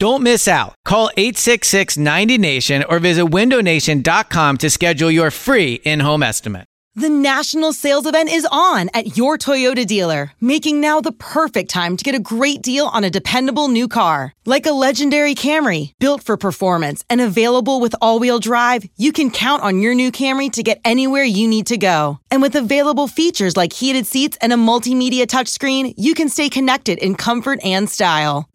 Don't miss out. Call 866-90Nation or visit windownation.com to schedule your free in-home estimate. The national sales event is on at your Toyota dealer, making now the perfect time to get a great deal on a dependable new car. Like a legendary Camry, built for performance and available with all wheel drive, you can count on your new Camry to get anywhere you need to go. And with available features like heated seats and a multimedia touchscreen, you can stay connected in comfort and style.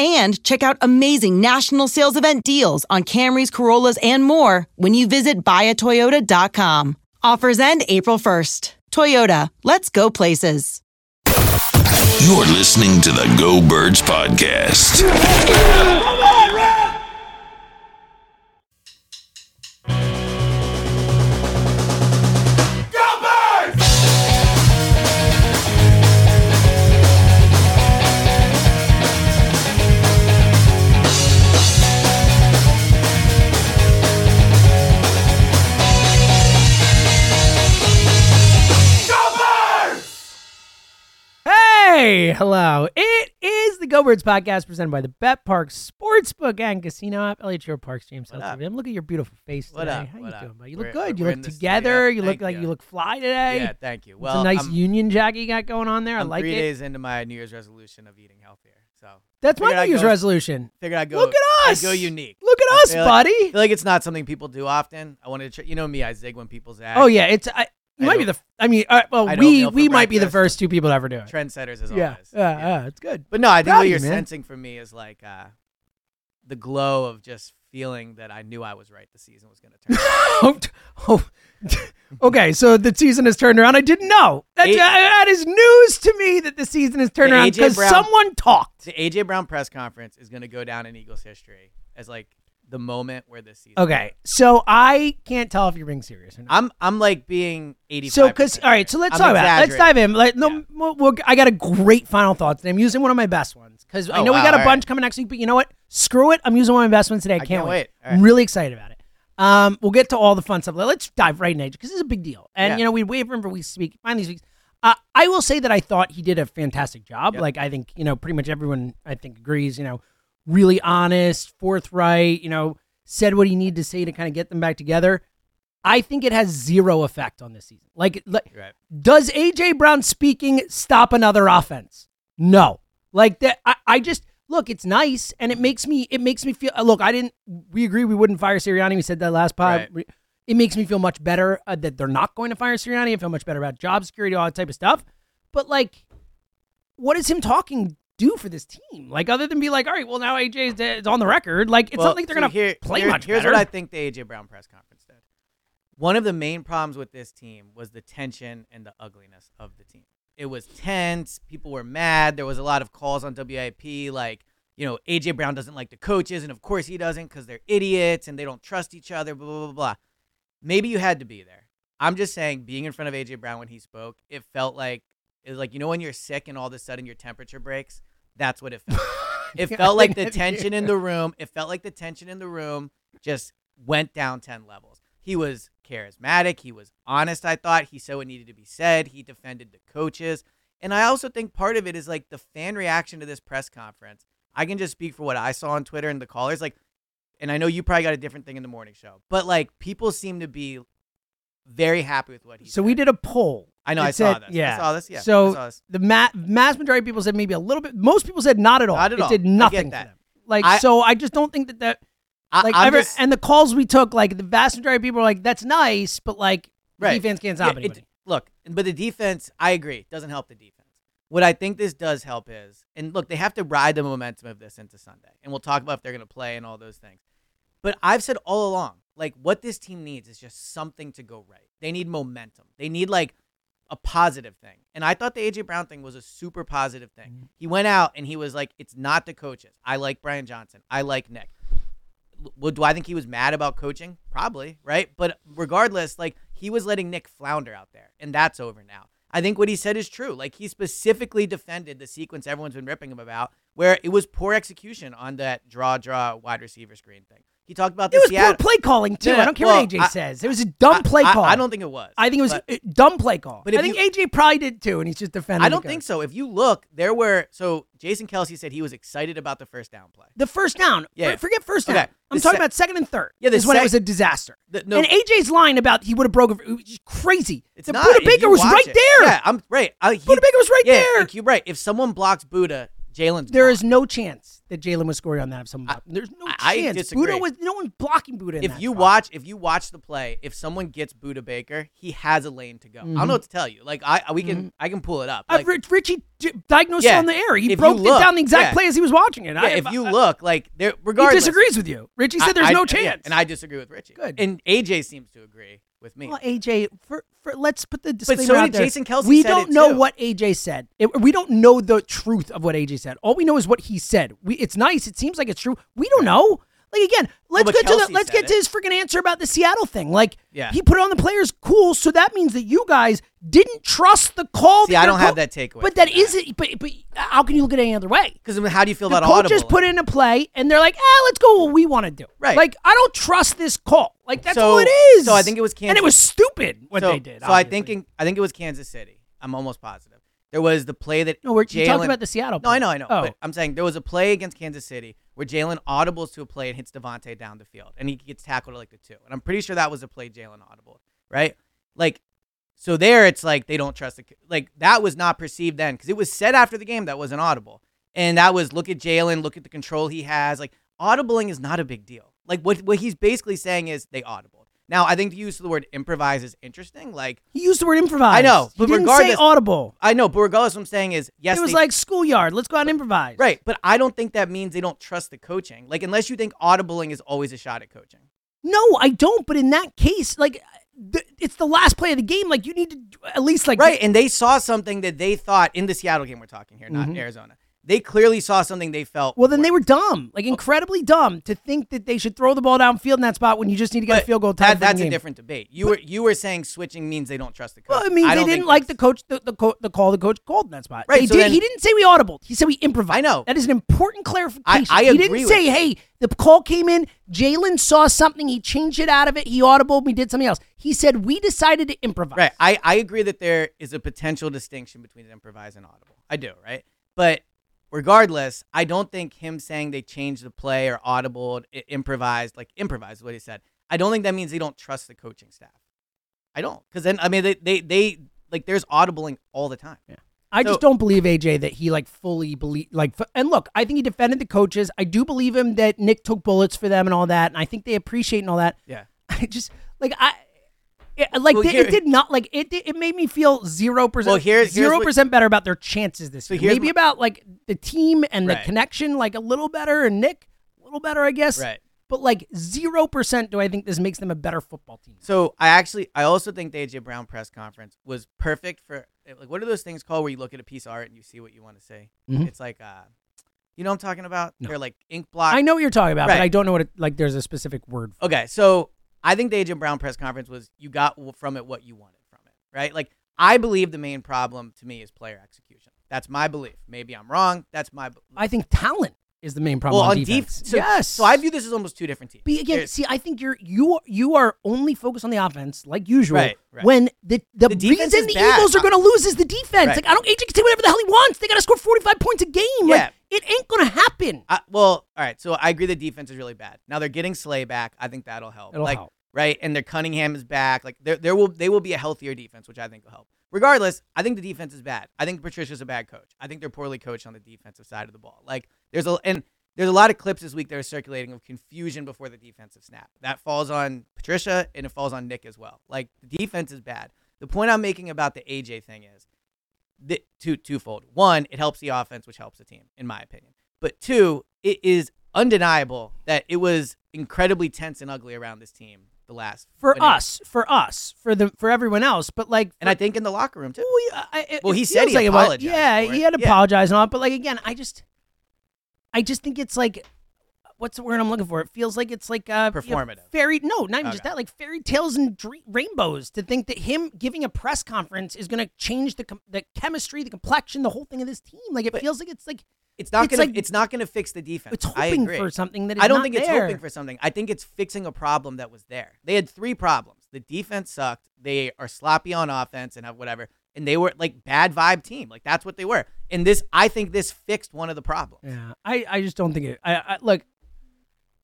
and check out amazing national sales event deals on Camrys, Corollas, and more when you visit buyatoyota.com. Offers end April 1st. Toyota, let's go places. You're listening to the Go Birds Podcast. Hey, hello. It is the Go Birds podcast presented by the Bet Parks Sportsbook and Casino app. Elliot Shore Parks, James Hilton. I'm looking at your beautiful face What today. up? How What you up? doing, buddy? You look We're- good. You we're look in this together. together. You Thank look like you. you. look fly today. Yeah, thank you. Well, it's a nice I'm, union jacket you got going on there. i I'm like three it. days into my New Year's resolution of eating healthier, so That's my Figured I'd New Year's go- resolution. figured I go. Look at us. I go unique. Look at I us, feel like- buddy. I feel like it's not something people do often. I wanted to, tr- you know me, I zig when people zag. oh yeah, it's. I, you I might be don't- the. I mean, uh, well, I don't we meal for we might be the breakfast. first two people to ever do it. trendsetters as yeah, always. yeah, yeah, it's good. But no, I think Proud of what you, you're man. sensing from me is like uh, the glow of just feeling that I knew I was right. The season was going to turn. Oh, t- oh. okay, so the season has turned around. I didn't know. That's, A- that is news to me that the season has turned The around AJ because Brown- someone talked. the AJ Brown press conference is going to go down in Eagles history as like the moment where this season. Okay, so I can't tell if you're being serious or not. I'm I'm like being 85. So, because all right, so let's I'm talk about. It. Let's dive exaggerating. in. Let, no, Yeah. we'll, we'll- I got a great final thoughts, and I'm using one of my best ones because I Oh, know we wow, got a all bunch right. coming next week. But you know what? Screw it. I'm using one of my best ones today. I, I can't wait. All I'm right. really excited about it. Um, we'll get to all the fun stuff. Let's dive right in because this is a big deal. And Yeah. you know, we waited for him for weeks to week. Find these weeks. Uh, I will say that I thought he did a fantastic job. Yep. Like I think you know, pretty much everyone I think agrees. You know, really honest, forthright. You know, said what he needed to say to kind of get them back together. I think it has zero effect on this season. Like, like Right. does AJ Brown speaking stop another offense? No. Like that, I, I just look. It's nice, and it makes me. It makes me feel. uh, Look, I didn't. We agree. We wouldn't fire Sirianni. We said that last pod. Right. We- It makes me feel much better uh, that they're not going to fire Sirianni. I feel much better about job security, all that type of stuff. But like, what does him talking do for this team? Like, other than be like, all right, well now AJ is- is on the record. Like, it's Well, not like they're so gonna here- play here- much Here's better. what I think the AJ Brown press conference did. One of the main problems with this team was the tension and the ugliness of the team. It was tense. People were mad. There was a lot of calls on WIP, like you know AJ Brown doesn't like the coaches, and of course he doesn't because they're idiots and they don't trust each other. Blah blah blah blah. Maybe you had to be there. I'm just saying, being in front of AJ Brown when he spoke, it felt like it was like you know when you're sick and all of a sudden your temperature breaks. That's what it felt. It Yeah, felt I like the get you. tension in the room. It felt like the tension in the room just went down 10 levels. He was charismatic. He was honest, I thought. He said what needed to be said. He defended the coaches. And I also think part of it is like the fan reaction to this press conference. I can just speak for what I saw on Twitter and the callers. Like, and I know you probably got a different thing in the morning show, but like people seem to be very happy with what he So we said. did a poll. I know, It I saw said- this. I Yeah, saw this, yeah, I So saw this. the ma- mass majority of people said maybe a little bit. Most people said not at all. Not at it all. did I get nothing for that. them. Like I- so, I just don't think that that I, Like I'm ever, just- and the calls we took, like the vast majority of people were like, "That's nice," but like the Right. defense can't Yeah, stop it- anybody. look, but the defense, I agree, doesn't help the defense. What I think this does help is, and look, they have to ride the momentum of this into Sunday, and we'll talk about if they're going to play and all those things. But I've said all along, like what this team needs is just something to go right. They need momentum. They need like a positive thing. And I thought the AJ Brown thing was a super positive thing. Mm-hmm. He went out and he was like, "It's not the coaches. I like Brian Johnson. I like Nick." Well, do I think he was mad about coaching? Probably, right? But regardless, like he was letting Nick flounder out there, and that's over now. I think what he said is true. Like he specifically defended the sequence everyone's been ripping him about, where it was poor execution on that draw, draw wide receiver screen thing. He talked about the It was Seattle poor play calling too. No, no, I don't care well, what AJ I- says. It was a dumb play I- call. I don't think it was. I think it was But- a dumb play call. But if I think you- AJ probably did too, and he's just defending. I the don't think coach. so. If you look, there were so Jason Kelsey said he was excited about the first down play. The first down. Yeah. For- Forget first down. Okay. I'm The talking sec- about second and third. Yeah, the is when it sec- was a disaster. The- no. And AJ's line about he would have broken it was just crazy. It's the not. Buda If Baker you was watch right it- there. Yeah, I'm right. I, he, Buda Baker was right yeah, there. like, you're right. If someone blocks Buddha, Jalen's There gone. is no chance that Jalen was scoring on that. If someone, there's no I- I chance. disagree. Buddha was no one blocking Buddha. In if that you spot. watch if you watch the play if someone gets buda baker he has a lane to go i Mm-hmm. don't know what to tell you like i I- we can i can pull it up Uh, Like, Rich- Richie d- diagnosed it Yeah. on the air. He If broke you it look- down the exact yeah. play as he was watching it. yeah, I, if you I- look like there he regardless disagrees with you. Richie said I- there's I- no yeah, chance. and i disagree with richie Good. and aj seems to agree with me Well, AJ, for, for, let's put the disclaimer so out did there. Jason Kelce We said don't it, know too. what AJ said. It- we don't know the truth of what AJ said. All we know is what he said. We, it's nice. It seems like it's true. We don't know. Like again, let's but get to the, Kelce let's said get to it. his freaking answer about the Seattle thing. Like Yeah. he put it on the players, cool. So that means that you guys didn't trust the call. See, that I your don't have co- that takeaway But from that isn't. But but how can you look at it any other way? because how do you feel the about coaches audible put in a play and they're like, ah, let's go what we want to do. Right. Like, I don't trust this call. Like, that's So- all it is. so I think it was And it Kansas. was stupid what so, they did. so i obviously. think in, i think it was kansas city i'm almost positive there was the play that No, we're you talking Jalen- about the Seattle No, I play. know, I know. Oh. But I'm saying there was a play against Kansas City where Jalen audibles to a play and hits Devontae down the field, and he gets tackled at like the two. And I'm pretty sure that was a play Jalen audible, right? Like, so there it's like they don't trust the like that was not perceived then because it was said after the game that wasn't audible, and that was look at Jalen, look at the control he has. Like audibling is not a big deal. Like what what he's basically saying is they audible. Now I think the use of the word improvise is interesting. Like He used the word improvise. I know, He but didn't say regardless- audible. I know, but regardless, what I'm saying is yes, it was they like schoolyard. Let's go out and improvise. Right, but I don't think that means they don't trust the coaching. Like unless you think audibling is always a shot at coaching. No, I don't. But in that case, like, th- it's the last play of the game. Like, you need to at least, like, Right, and they saw something that they thought in the Seattle game we're talking here, not Arizona. They clearly saw something they felt. Mm-hmm. Well, then they were dumb, like incredibly dumb, to think that they should throw the ball downfield in that spot when you just need to get a But field goal. That, tied that's a game. different debate. You were you were saying switching means they don't trust the coach. Well, I mean, they don't didn't think like the that's- coach, the, the, co- the call the coach called in that spot. Right, They so did, then- he didn't say we audible. He said we improvised. I know. That is an important clarification. I he agree didn't with say, you. hey, the call came in, Jalen saw something, he changed it out of it, he audibled, we did something else. He said we decided to improvise. Right. I, I agree that there is a potential distinction between improvise and audible. I do, right? But regardless, I don't think him saying they changed the play or audible i- improvised, like improvised is what he said. I don't think that means they don't trust the coaching staff. I don't. Because then I mean they, they they like there's audibling all the time. Yeah. I So- just don't believe AJ that he like fully believe like f- and look, I think he defended the coaches. I do believe him that Nick took bullets for them and all that, and I think they appreciate and all that. Yeah. I just like I it, uh, like Well, it- here- it did not like it. did- It made me feel zero percent. Well, here- here's zero what- percent better about their chances this year. here's Maybe my- about like the team and the Right. connection, like a little better, and Nick a little better, I guess. Right. But like zero percent, do I think this makes them a better football team? So I actually I also think the AJ Brown press conference was perfect for eh, like what are those things called where you look at a piece of art and you see what you want to say? It's like uh you know what I'm talking about? They're like ink block. I know what you're talking about, but Right. I don't know what it, like. There's a specific word. For Okay, so I think the Agent Brown press conference was you got w- from it what you wanted from it, right? Like I believe the main problem to me is player execution. That's my belief. Maybe I'm wrong. That's my be- it. I think talent is the main problem. well on def- defense. so, yes. So I view this as almost two different teams. But again, There's- see, I think you're you are- you are only focused on the offense like usual. Right, right. When the the, The defense reason the is bad. Eagles are going to lose is the defense. Right. Like I don't, AJ can say whatever the hell he wants. They got to score forty five points a game. Yeah. Like it ain't going to happen. I, well, all right. So I agree the defense is really bad. Now they're getting Slay back. I think that'll help. It'll like, help. Right, and their Cunningham is back. Like there, there will they will be a healthier defense, which I think will help. Regardless, I think the defense is bad. I think Patricia's a bad coach. I think they're poorly coached on the defensive side of the ball. Like there's a and There's a lot of clips this week that are circulating of confusion before the defensive snap. That falls on Patricia and it falls on Nick as well. Like the defense is bad. The point I'm making about the AJ thing is th- two twofold. One, it helps the offense, which helps the team, in my opinion. But two, it is undeniable that it was incredibly tense and ugly around this team the last for an eight- us, for us, for the for everyone else. But like, and I think in the locker room too. we, I, it- Well, it he said feels he like it was- apologized yeah, for he it. had Yeah. apologized and all. But like again, I just, I just think it's like, what's the word I'm looking for? It feels like it's like uh, you know, Performative. fairy. No, not even just Okay. that. Like fairy tales and dream, rainbows. To think that him giving a press conference is going to change the com- the chemistry, the complexion, the whole thing of this team. Like it But- feels like it's like It's not It's gonna. like- it's not gonna fix the defense. it's I hoping agree. for something that is I don't not think it's there. hoping for something. I think it's fixing a problem that was there. They had three problems. The defense sucked. They are sloppy on offense and have whatever. And they were like bad vibe team. Like that's what they were. And this, I think, this fixed one of the problems. Yeah, I, I just don't think it. I, I look.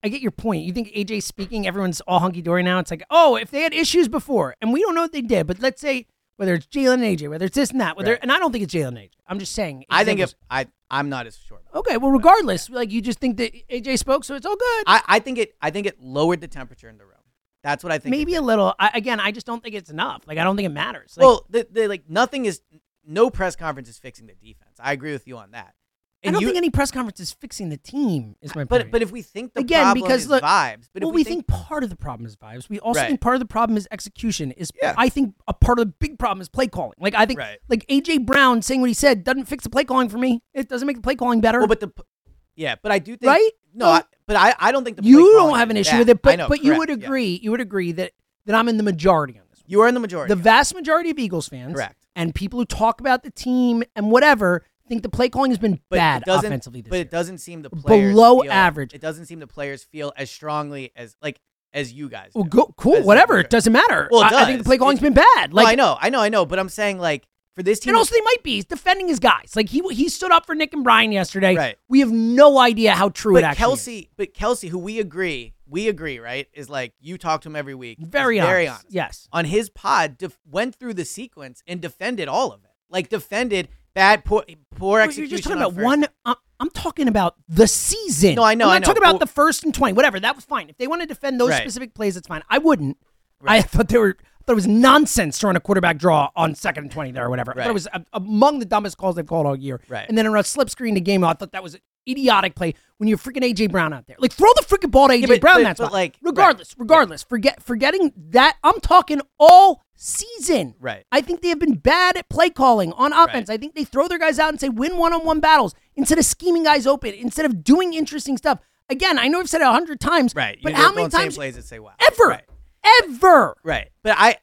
I get your point. You think AJ speaking, everyone's all hunky dory now. It's like, oh, if they had issues before, and we don't know what they did, but let's say whether it's Jalen and AJ, whether it's this and that, whether Right. and I don't think it's Jalen and AJ. I'm just saying. I think if examples. I, I'm not as sure. About it. okay, well, regardless, like you just think that AJ spoke, so it's all good. I, I think it. I think it lowered the temperature in the room. That's what I think. it Maybe a little. I, again, I just don't think it's enough. Like I don't think it matters. Like, well, the, the, like nothing is. No press conference is fixing the defense. I agree with you on that. I don't you, think any press conference is fixing the team. Is my But point. but if we think the again problem because is look, vibes, but well, if we, think, part of the problem is vibes. We also Right. think part of the problem is execution. Is Yeah. I think a part of the big problem is play calling. Like I think Right. like AJ Brown saying what he said doesn't fix the play calling for me. It doesn't make the play calling better. Well, but the p- yeah, but I do think Right? No, I, but I, I don't think the play you calling don't have an is issue bad. with it. But I know, but you would correct, yeah. agree you would agree that that I'm in the majority on this. One. You are in the majority. The vast majority of Eagles fans, Correct. and people who talk about the team and whatever think the play calling has been but bad it doesn't, offensively this but year. it doesn't seem the players Below feel- average. It doesn't seem the players feel as strongly as like as you guys. well, do. go, cool, As- whatever. It doesn't matter. Well, it I, I think the does. play calling's It- been bad. No, Like I know, I know, I know. But I'm saying like for this team, And also, they might be. He's defending his guys. Like he he stood up for Nick and Brian yesterday. Right. We have no idea how true it but actually Kelsey, but Kelsey, who we agree, we agree, right? Is like you talk to him every week. is. He's Very honest. very honest. Yes. on his pod def- went through the sequence and defended all of it. Like defended bad poor poor Well, execution. You're just talking on about first one. I'm, I'm talking about the season. No, I know, I'm not I know. talking about Well- the first and twenty. Whatever. That was fine. If they want to defend those Right. specific plays, it's fine. I wouldn't. I Right. thought they were. I thought it was nonsense throwing a quarterback draw on second and twenty there or whatever. I thought Right. it was a- among the dumbest calls they've called all year. Right. And then on a slip screen to game, I thought that was an idiotic play when you're freaking AJ Brown out there. Like throw the freaking ball to AJ but- Brown. but- that's but, fine. like, right. regardless, regardless, forget forgetting that. I'm talking all season. Right. I think they have been bad at play calling on offense. I think they throw their guys out and say win one-on-one battles instead of scheming guys open, instead of doing interesting stuff. Again, I know I've said it a hundred times, Right. But you how don't- many don't say times plays that say wow? ever, Right. ever? right. But I,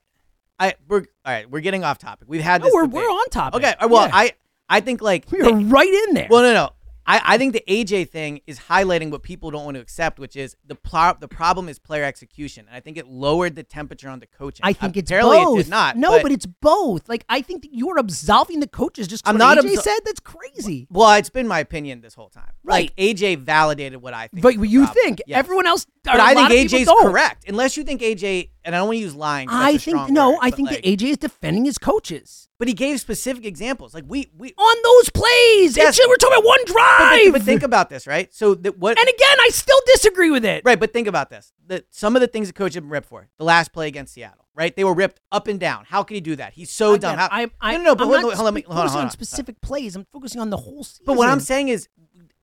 I we're all right. We're getting off topic. We've had No, this. we're- debate. we're on topic. Okay. uh, Well, Yeah. I I think like We are right in there. well no no. I, I think the AJ thing is highlighting what people don't want to accept, which is the pl- the problem is player execution, and I think it lowered the temperature on the coaching. I think it's Apparently both. It did not. No, but, it's both. Like I think that you're absolving the coaches just 'cause I'm what not AJ absol- said. That's crazy. well, it's been my opinion this whole time. Right. Like AJ validated what I think. But is the you problem. think Yes. everyone else? But I I think AJ's correct, unless you think AJ. And I don't want to use lying. 'cause I that's a think strong no. word, I but, think like, that AJ is defending his coaches But he gave specific examples. Like we we on those plays. Yes. It's- we're talking about one But, drive. but- but think about this, right? So that what? And again, I still disagree with it. right, but think about this. That some of the things the coach had been ripped for. The last play against Seattle, right? They were ripped up and down. How could he do that? He's so dumb. How, I, I, no, no, no. But I'm hold, not hold, hold, spe- hold, on, focusing hold on. on specific plays. I'm focusing on the whole season. But what I'm saying is,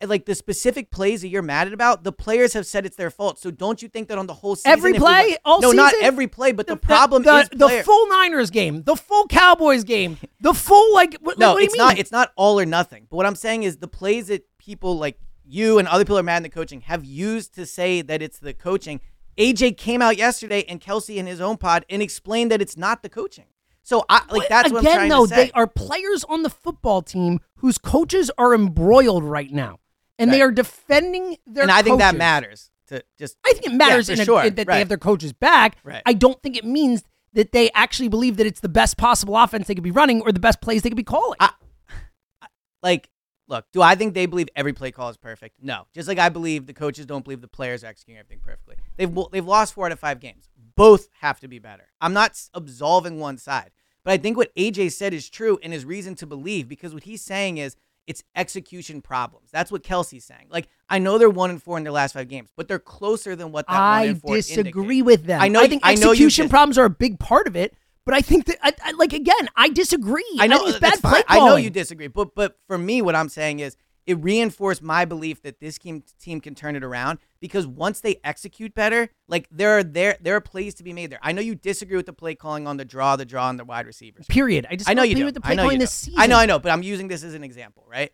like the specific plays that you're mad about, the players have said it's their fault. So don't you think that on the whole season, Every if we play? went- All no, not season? every play, but the, problem the, is the player- full Niners game, the full Cowboys game, the full like. What, No, what do you it's mean? not. It's not all or nothing. But what I'm saying is the plays that people like you and other people are mad in the coaching have used to say that it's the coaching. AJ came out yesterday and Kelsey in his own pod and explained that it's not the coaching. So I like that's again what I'm trying though. to say. They are players on the football team whose coaches are embroiled right now, and they Right. are defending their. and I think that coaches. matters to just. I think it matters for in a, sure. that they Right. have their coaches back. Right. I don't think it means that they actually believe that it's the best possible offense they could be running or the best plays they could be calling. I- like look do i think they believe every play call is perfect no just like i believe the coaches don't believe the players are executing everything perfectly they've wo- they've lost four out of five games both have to be better i'm not s- absolving one side but i think what aj said is true and is reason to believe because what he's saying is It's execution problems. That's what Kelsey's saying. Like I know they're one and four in their last five games, but they're closer than what that one I and four disagree indicates. with them. I know. I think I know you execution dis- problems are a big part of it, but I think that I, I, like again, I disagree. I know uh, think it's that's bad play fine. I know calling. you disagree, but but for me, what I'm saying is it reinforced my belief that this team team can turn it around because once they execute better, like there are there there are plays to be made there. I know you disagree with the play calling on the draw, the draw, and the wide receivers. Period. I just I know don't you agree do. with the play I know calling you do. this season. I know, I know, but I'm using this as an example, right?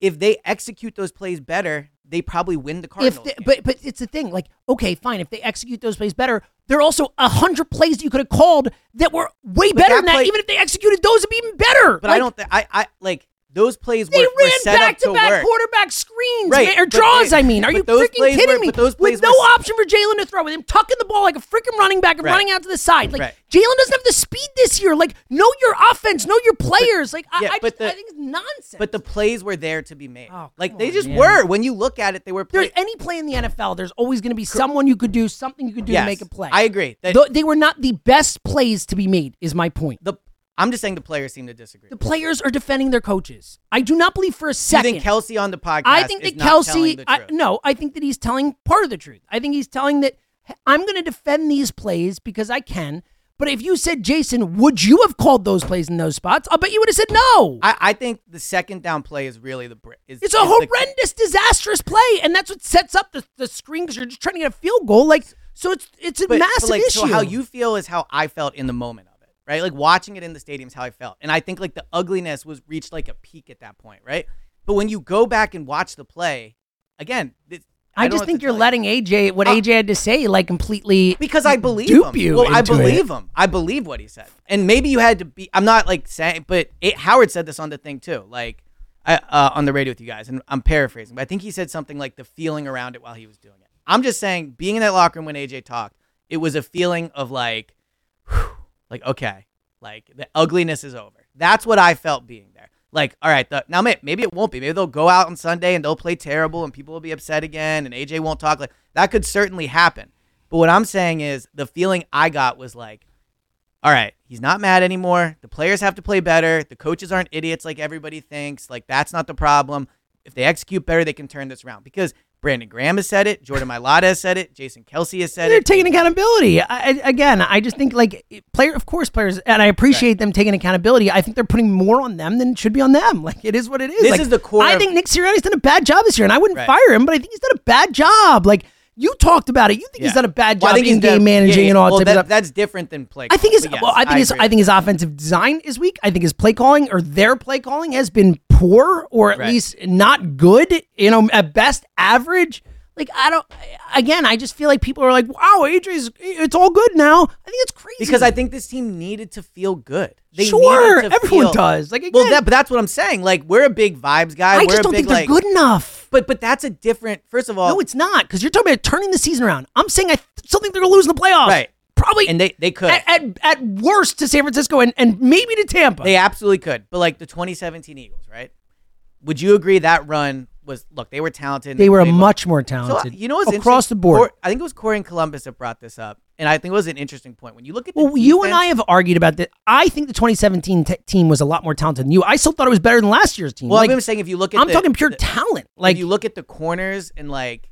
If they execute those plays better, they probably win the Cardinals. If they, game. but but it's the thing. Like okay, fine. If they execute those plays better, there are also a hundred plays that you could have called that were way that better than that. play- Even if they executed those, it'd be even better. but I Like, don't think I I like those plays They were, were ran set up back to back work. quarterback screens Right, man, or but draws. they- I mean, are but you those freaking plays kidding were- me? but those With plays no were- option for Jalen to throw, with him tucking the ball like a freaking running back and Right. running out to the side. Like Right. Jalen doesn't have the speed this year. Like know your offense, know your players. like I, yeah, I, but just- I the- think it's nonsense. But the plays were there to be made. Oh, come like they on, just man. were. When you look at it, they were. If there's play- any play in the NFL, there's always going to be someone you could do, something you could do Yes, to make a play. I agree. That- Though they were not the best plays to be made. Is my point. the I'm just saying the players seem to disagree. The players are defending their coaches. I do not believe for a Do you second. think Kelsey on the podcast? I think is that not Kelsey. telling the I, truth? no, I think that he's telling part of the truth. I think he's telling that "Hey, I'm going to defend these plays because I can. But if you said, Jason, would you have called those plays in those spots? I'll bet you would have said no. I, I think the second down play is really the br- is it's a is the- horrendous, disastrous play, and that's what sets up the, the screen because you're just trying to get a field goal. Like, so it's it's a but, but, massive like, issue. So how you feel is how I felt in the moment of it, right? Like watching it in the stadium is how I felt, and I think like the ugliness was reached like a peak at that point, right? But when you go back and watch the play again, it, I, don't know just what think to you're tell you. letting AJ what Uh, AJ had to say like completely because I believe dupe him. you. well, I into it. believe him. I believe what he said, and maybe you had to be. I'm not like saying, but it, Howard said this on the thing too, like I, uh, on the radio with you guys, and I'm paraphrasing, but I think he said something like the feeling around it while he was doing it. I'm just saying, being in that locker room when AJ talked, it was a feeling of like, whew, like okay, like the ugliness is over. That's what I felt being there. Like, all right, the, now may- maybe it won't be. Maybe they'll go out on Sunday and they'll play terrible, and people will be upset again, and AJ won't talk. Like that could certainly happen. But what I'm saying is, the feeling I got was like, all right, he's not mad anymore. The players have to play better. The coaches aren't idiots like everybody thinks. Like that's not the problem. If they execute better, they can turn this around. Because Brandon Graham has said it, Jordan Mailata has said it, Jason Kelsey has said They're it. taking accountability. I, I- again, I just think like it- player, of course, players, and I appreciate them taking accountability. I think they're putting more on them than it should be on them. Like it is what it is. This Like, is the core I of- think Nick Sirianni's done a bad job this year, and I wouldn't Right. fire him, but I think he's done a bad job. Like you talked about it, you think he's Yeah. done a bad Well, I job think he's in game done- managing yeah, yeah. and all well, that type of that, stuff. That's different than play. I think his calling, but well, yes, I think his agree. I think his offensive design is weak. I think his play calling or their play calling has been poor or at Right. least not good. You know, at best average. Like I don't. Again, I just feel like people are like, "Wow, AJ's it's all good now." I think it's crazy because I think this team needed to feel good. They sure, needed to everyone feel- does. Like again, Well, that, but that's what I'm saying. Like we're a big vibes guy. I we're just a don't big, think they're like- good enough. But but that's a different. First of all, No, it's not because you're talking about turning the season around. I'm saying I th- still think they're going to lose in the playoffs. Right. Probably. and they they could. at, at, at worst to San Francisco and, and maybe to Tampa. They absolutely could. But like the 2017 Eagles, right? Would you agree that run was look? They were talented. They were played well. much more So uh, talented. you know what's across interesting? the board. Cor- I think it was Corey and Columbus that brought this up, and I think it was an interesting point when you look at. The well, you and defense- I have argued about that. I think the 2017 te- team was a lot more talented than you. I still thought it was better than last year's team. Well, Like, I'm saying if you look at. I'm the- talking pure the- talent. Like if you look at the corners and like,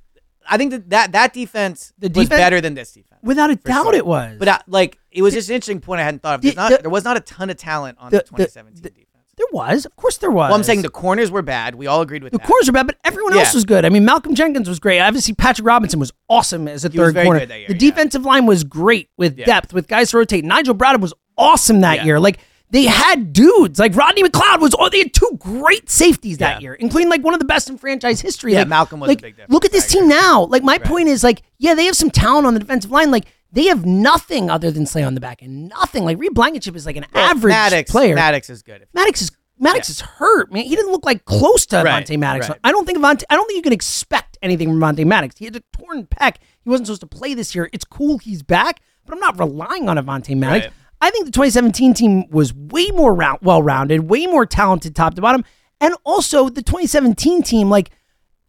I think that that, that defense The was defense- better than this defense. without a for doubt, sure. it was. But uh, like, it was just an interesting point I hadn't thought of. The- There's not, the- there was not a ton of talent on the- the, the- 2017 the- defense. there was, of course, there was. Well, I'm saying the corners were bad. We all agreed with the that. corners were bad, but everyone Yeah. else was good. I mean, Malcolm Jenkins was great. Obviously, Patrick Robinson was awesome as a He was third very corner. good that year, the yeah. defensive line was great with Yeah. depth, with guys to rotate. Nigel Bradham was awesome that Yeah. year. Like they had dudes. Like Rodney McLeod was. Oh, they had two great safeties that Yeah. year, including like one of the best in franchise history. Yeah, like, Malcolm was a like, big difference. Look at this I team now. Like my point is, like yeah, they have some talent on the defensive line. Like. They have nothing other than Slay on the back end. Nothing. Like Reed Blankenship is like an Well, average Maddox, player. Maddox is good. Maddox is Maddox is hurt, man. He didn't look like close to Right, Avante Maddox. right. I don't think Avante. I don't think you can expect anything from Avante Maddox. He had a torn pec. He wasn't supposed to play this year. It's cool he's back, but I'm not relying on Avante Maddox. Right. I think the 2017 team was way more round, well rounded, way more talented top to bottom, and also the 2017 team like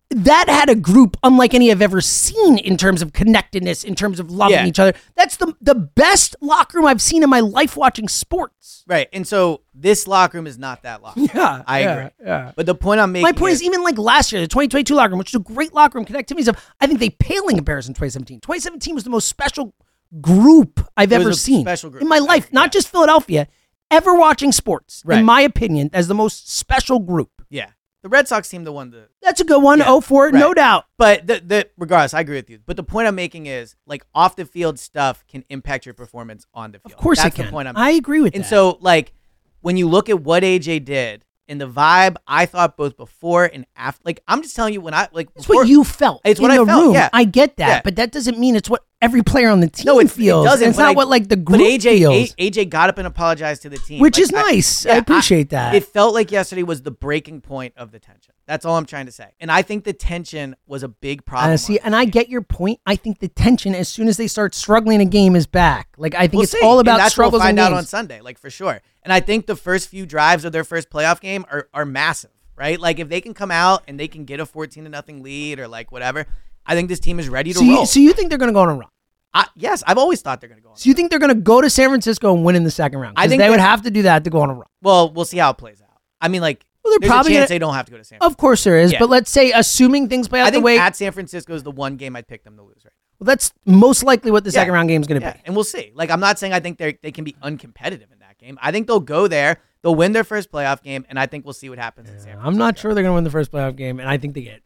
that had a group unlike any I've ever seen in terms of connectedness, in terms of loving Yeah. each other. That's the the best locker room I've seen in my life watching sports. Right. And so this locker room is not that locker. room. Yeah, I yeah, agree. yeah. But the point I'm making My point is, even like last year, the 2022 locker room, which is a great locker room connectivity stuff, I think they pale in comparison to 2017. 2017 was the most special group I've It was ever a seen special group. in my I life, agree, not yeah. just Philadelphia, ever watching sports, Right. in my opinion, as the most special group. yeah. The Red Sox team the one the That's a good one. Yeah, Oh, for it, no right. doubt. But the, the regardless, I agree with you. But the point I'm making is like off the field stuff can impact your performance on the field. Of course, that's I can. the point I'm. I agree with and that. so like when you look at what AJ did and the vibe, I thought both before and after. Like I'm just telling you when I like. It's before- what you felt. It's in what I the felt, room. yeah. I get that, Yeah. but that doesn't mean it's what every player on the team No, it, feels. it doesn't. It's but not I- what like the but group AJ, feels. A- AJ got up and apologized to the team, Which Like, is nice. I appreciate that. It felt like yesterday was the breaking point of the tension. That's all I'm trying to say. And I think the tension was a big problem. Uh, on see, this and I team. get your point. I think the tension as soon as they start struggling a game is back. Like I think We'll it's see. all And about that's what struggles We'll find and out on games. Sunday, like for sure. And I think the first few drives of their first playoff game are, are massive, right? Like if they can come out and they can get a fourteen to nothing lead or like whatever, I think this team is ready to so, roll. you, so you think they're going to go on a run? I, yes, I've always thought they're going to go. on. So you think they're going to go to San Francisco and win in the second round? I 'Cause think they would that- have to do that to go on a run. Well, we'll see how it plays out. I mean, like Well, they're there's probably a chance gonna- they don't have to go to San. Francisco. Of course there is, Yeah. but let's say assuming things play out I the think way, at San Francisco is the one game I'd pick them to lose right now. well, that's most likely what the Yeah. second round game is going to Yeah, be. and we'll see. Like I'm not saying I think they they can be uncompetitive in that game. I think they'll go there, they'll win their first playoff game, and I think we'll see what happens in San Francisco. I'm not sure they're going to win the first playoff game, and I think they get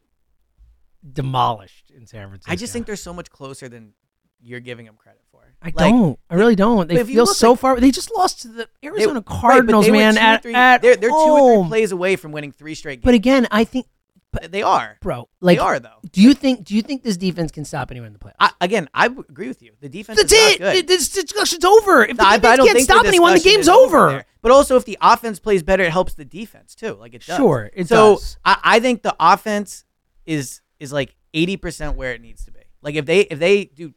demolished in San Francisco. I just think they're so much closer than you're giving them credit for. I Like, don't. I really don't. but They if you feel look, so like- far. They just lost to the they- Arizona right, but Cardinals, they were man. two or at, three- at they're, they're two or home. three plays away from winning three straight But games. again, I think, But they are, bro, They like, are though. do you think? Do you think this defense can stop anyone in the playoffs? I, again, I w- agree with you. The defense That's is not it. good. Th- This discussion's over. If the No, I- but I defense don't can't think stop anyone, the discussion game's is over. there. But also, if the offense plays better, it helps the defense too. Like it does. Sure, it so does. I, I think the offense is is like eighty percent where it needs to be. Like if they if they do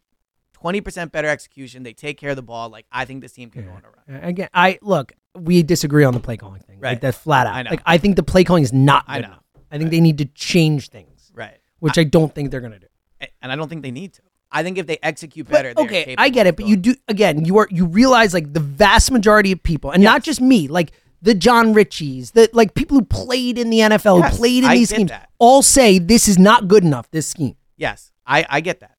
twenty percent better execution, they take care of the ball. Like I think this team can go on a run. Uh, Again, I look. We disagree on the play calling thing. Like Right. that's flat out. I know. Like I think the play calling is not. Good I know. enough. I think they need to change things, Right. which I, don't think they're gonna do. A- And I don't think they need to. I think if they execute But, better, they are okay, capable I get of it, but you going. do again. You are you realize like the vast majority of people, and not just me, like the John Richies, the like people who played in the NFL, Yes, who played in I these get schemes, that. all say this is not good enough. This scheme. Yes, I I get that.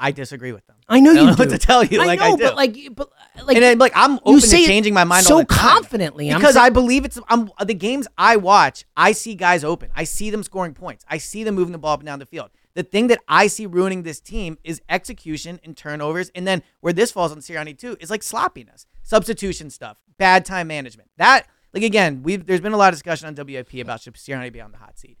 I disagree with them. I know I you don't know do. what to tell you, I like, know, I but do. like, but uh, like, and then, like I'm open say to it changing my mind so all the time. confidently. I'm because saying- I believe it's I'm, the games I watch. I see guys open. I see them scoring points. I see them moving the ball up and down the field. The thing that I see ruining this team is execution and turnovers, and then where this falls on Sirianni too is like sloppiness, substitution stuff, bad time management. That like again, we've there's been a lot of discussion on WIP about should Sirianni be on the hot seat.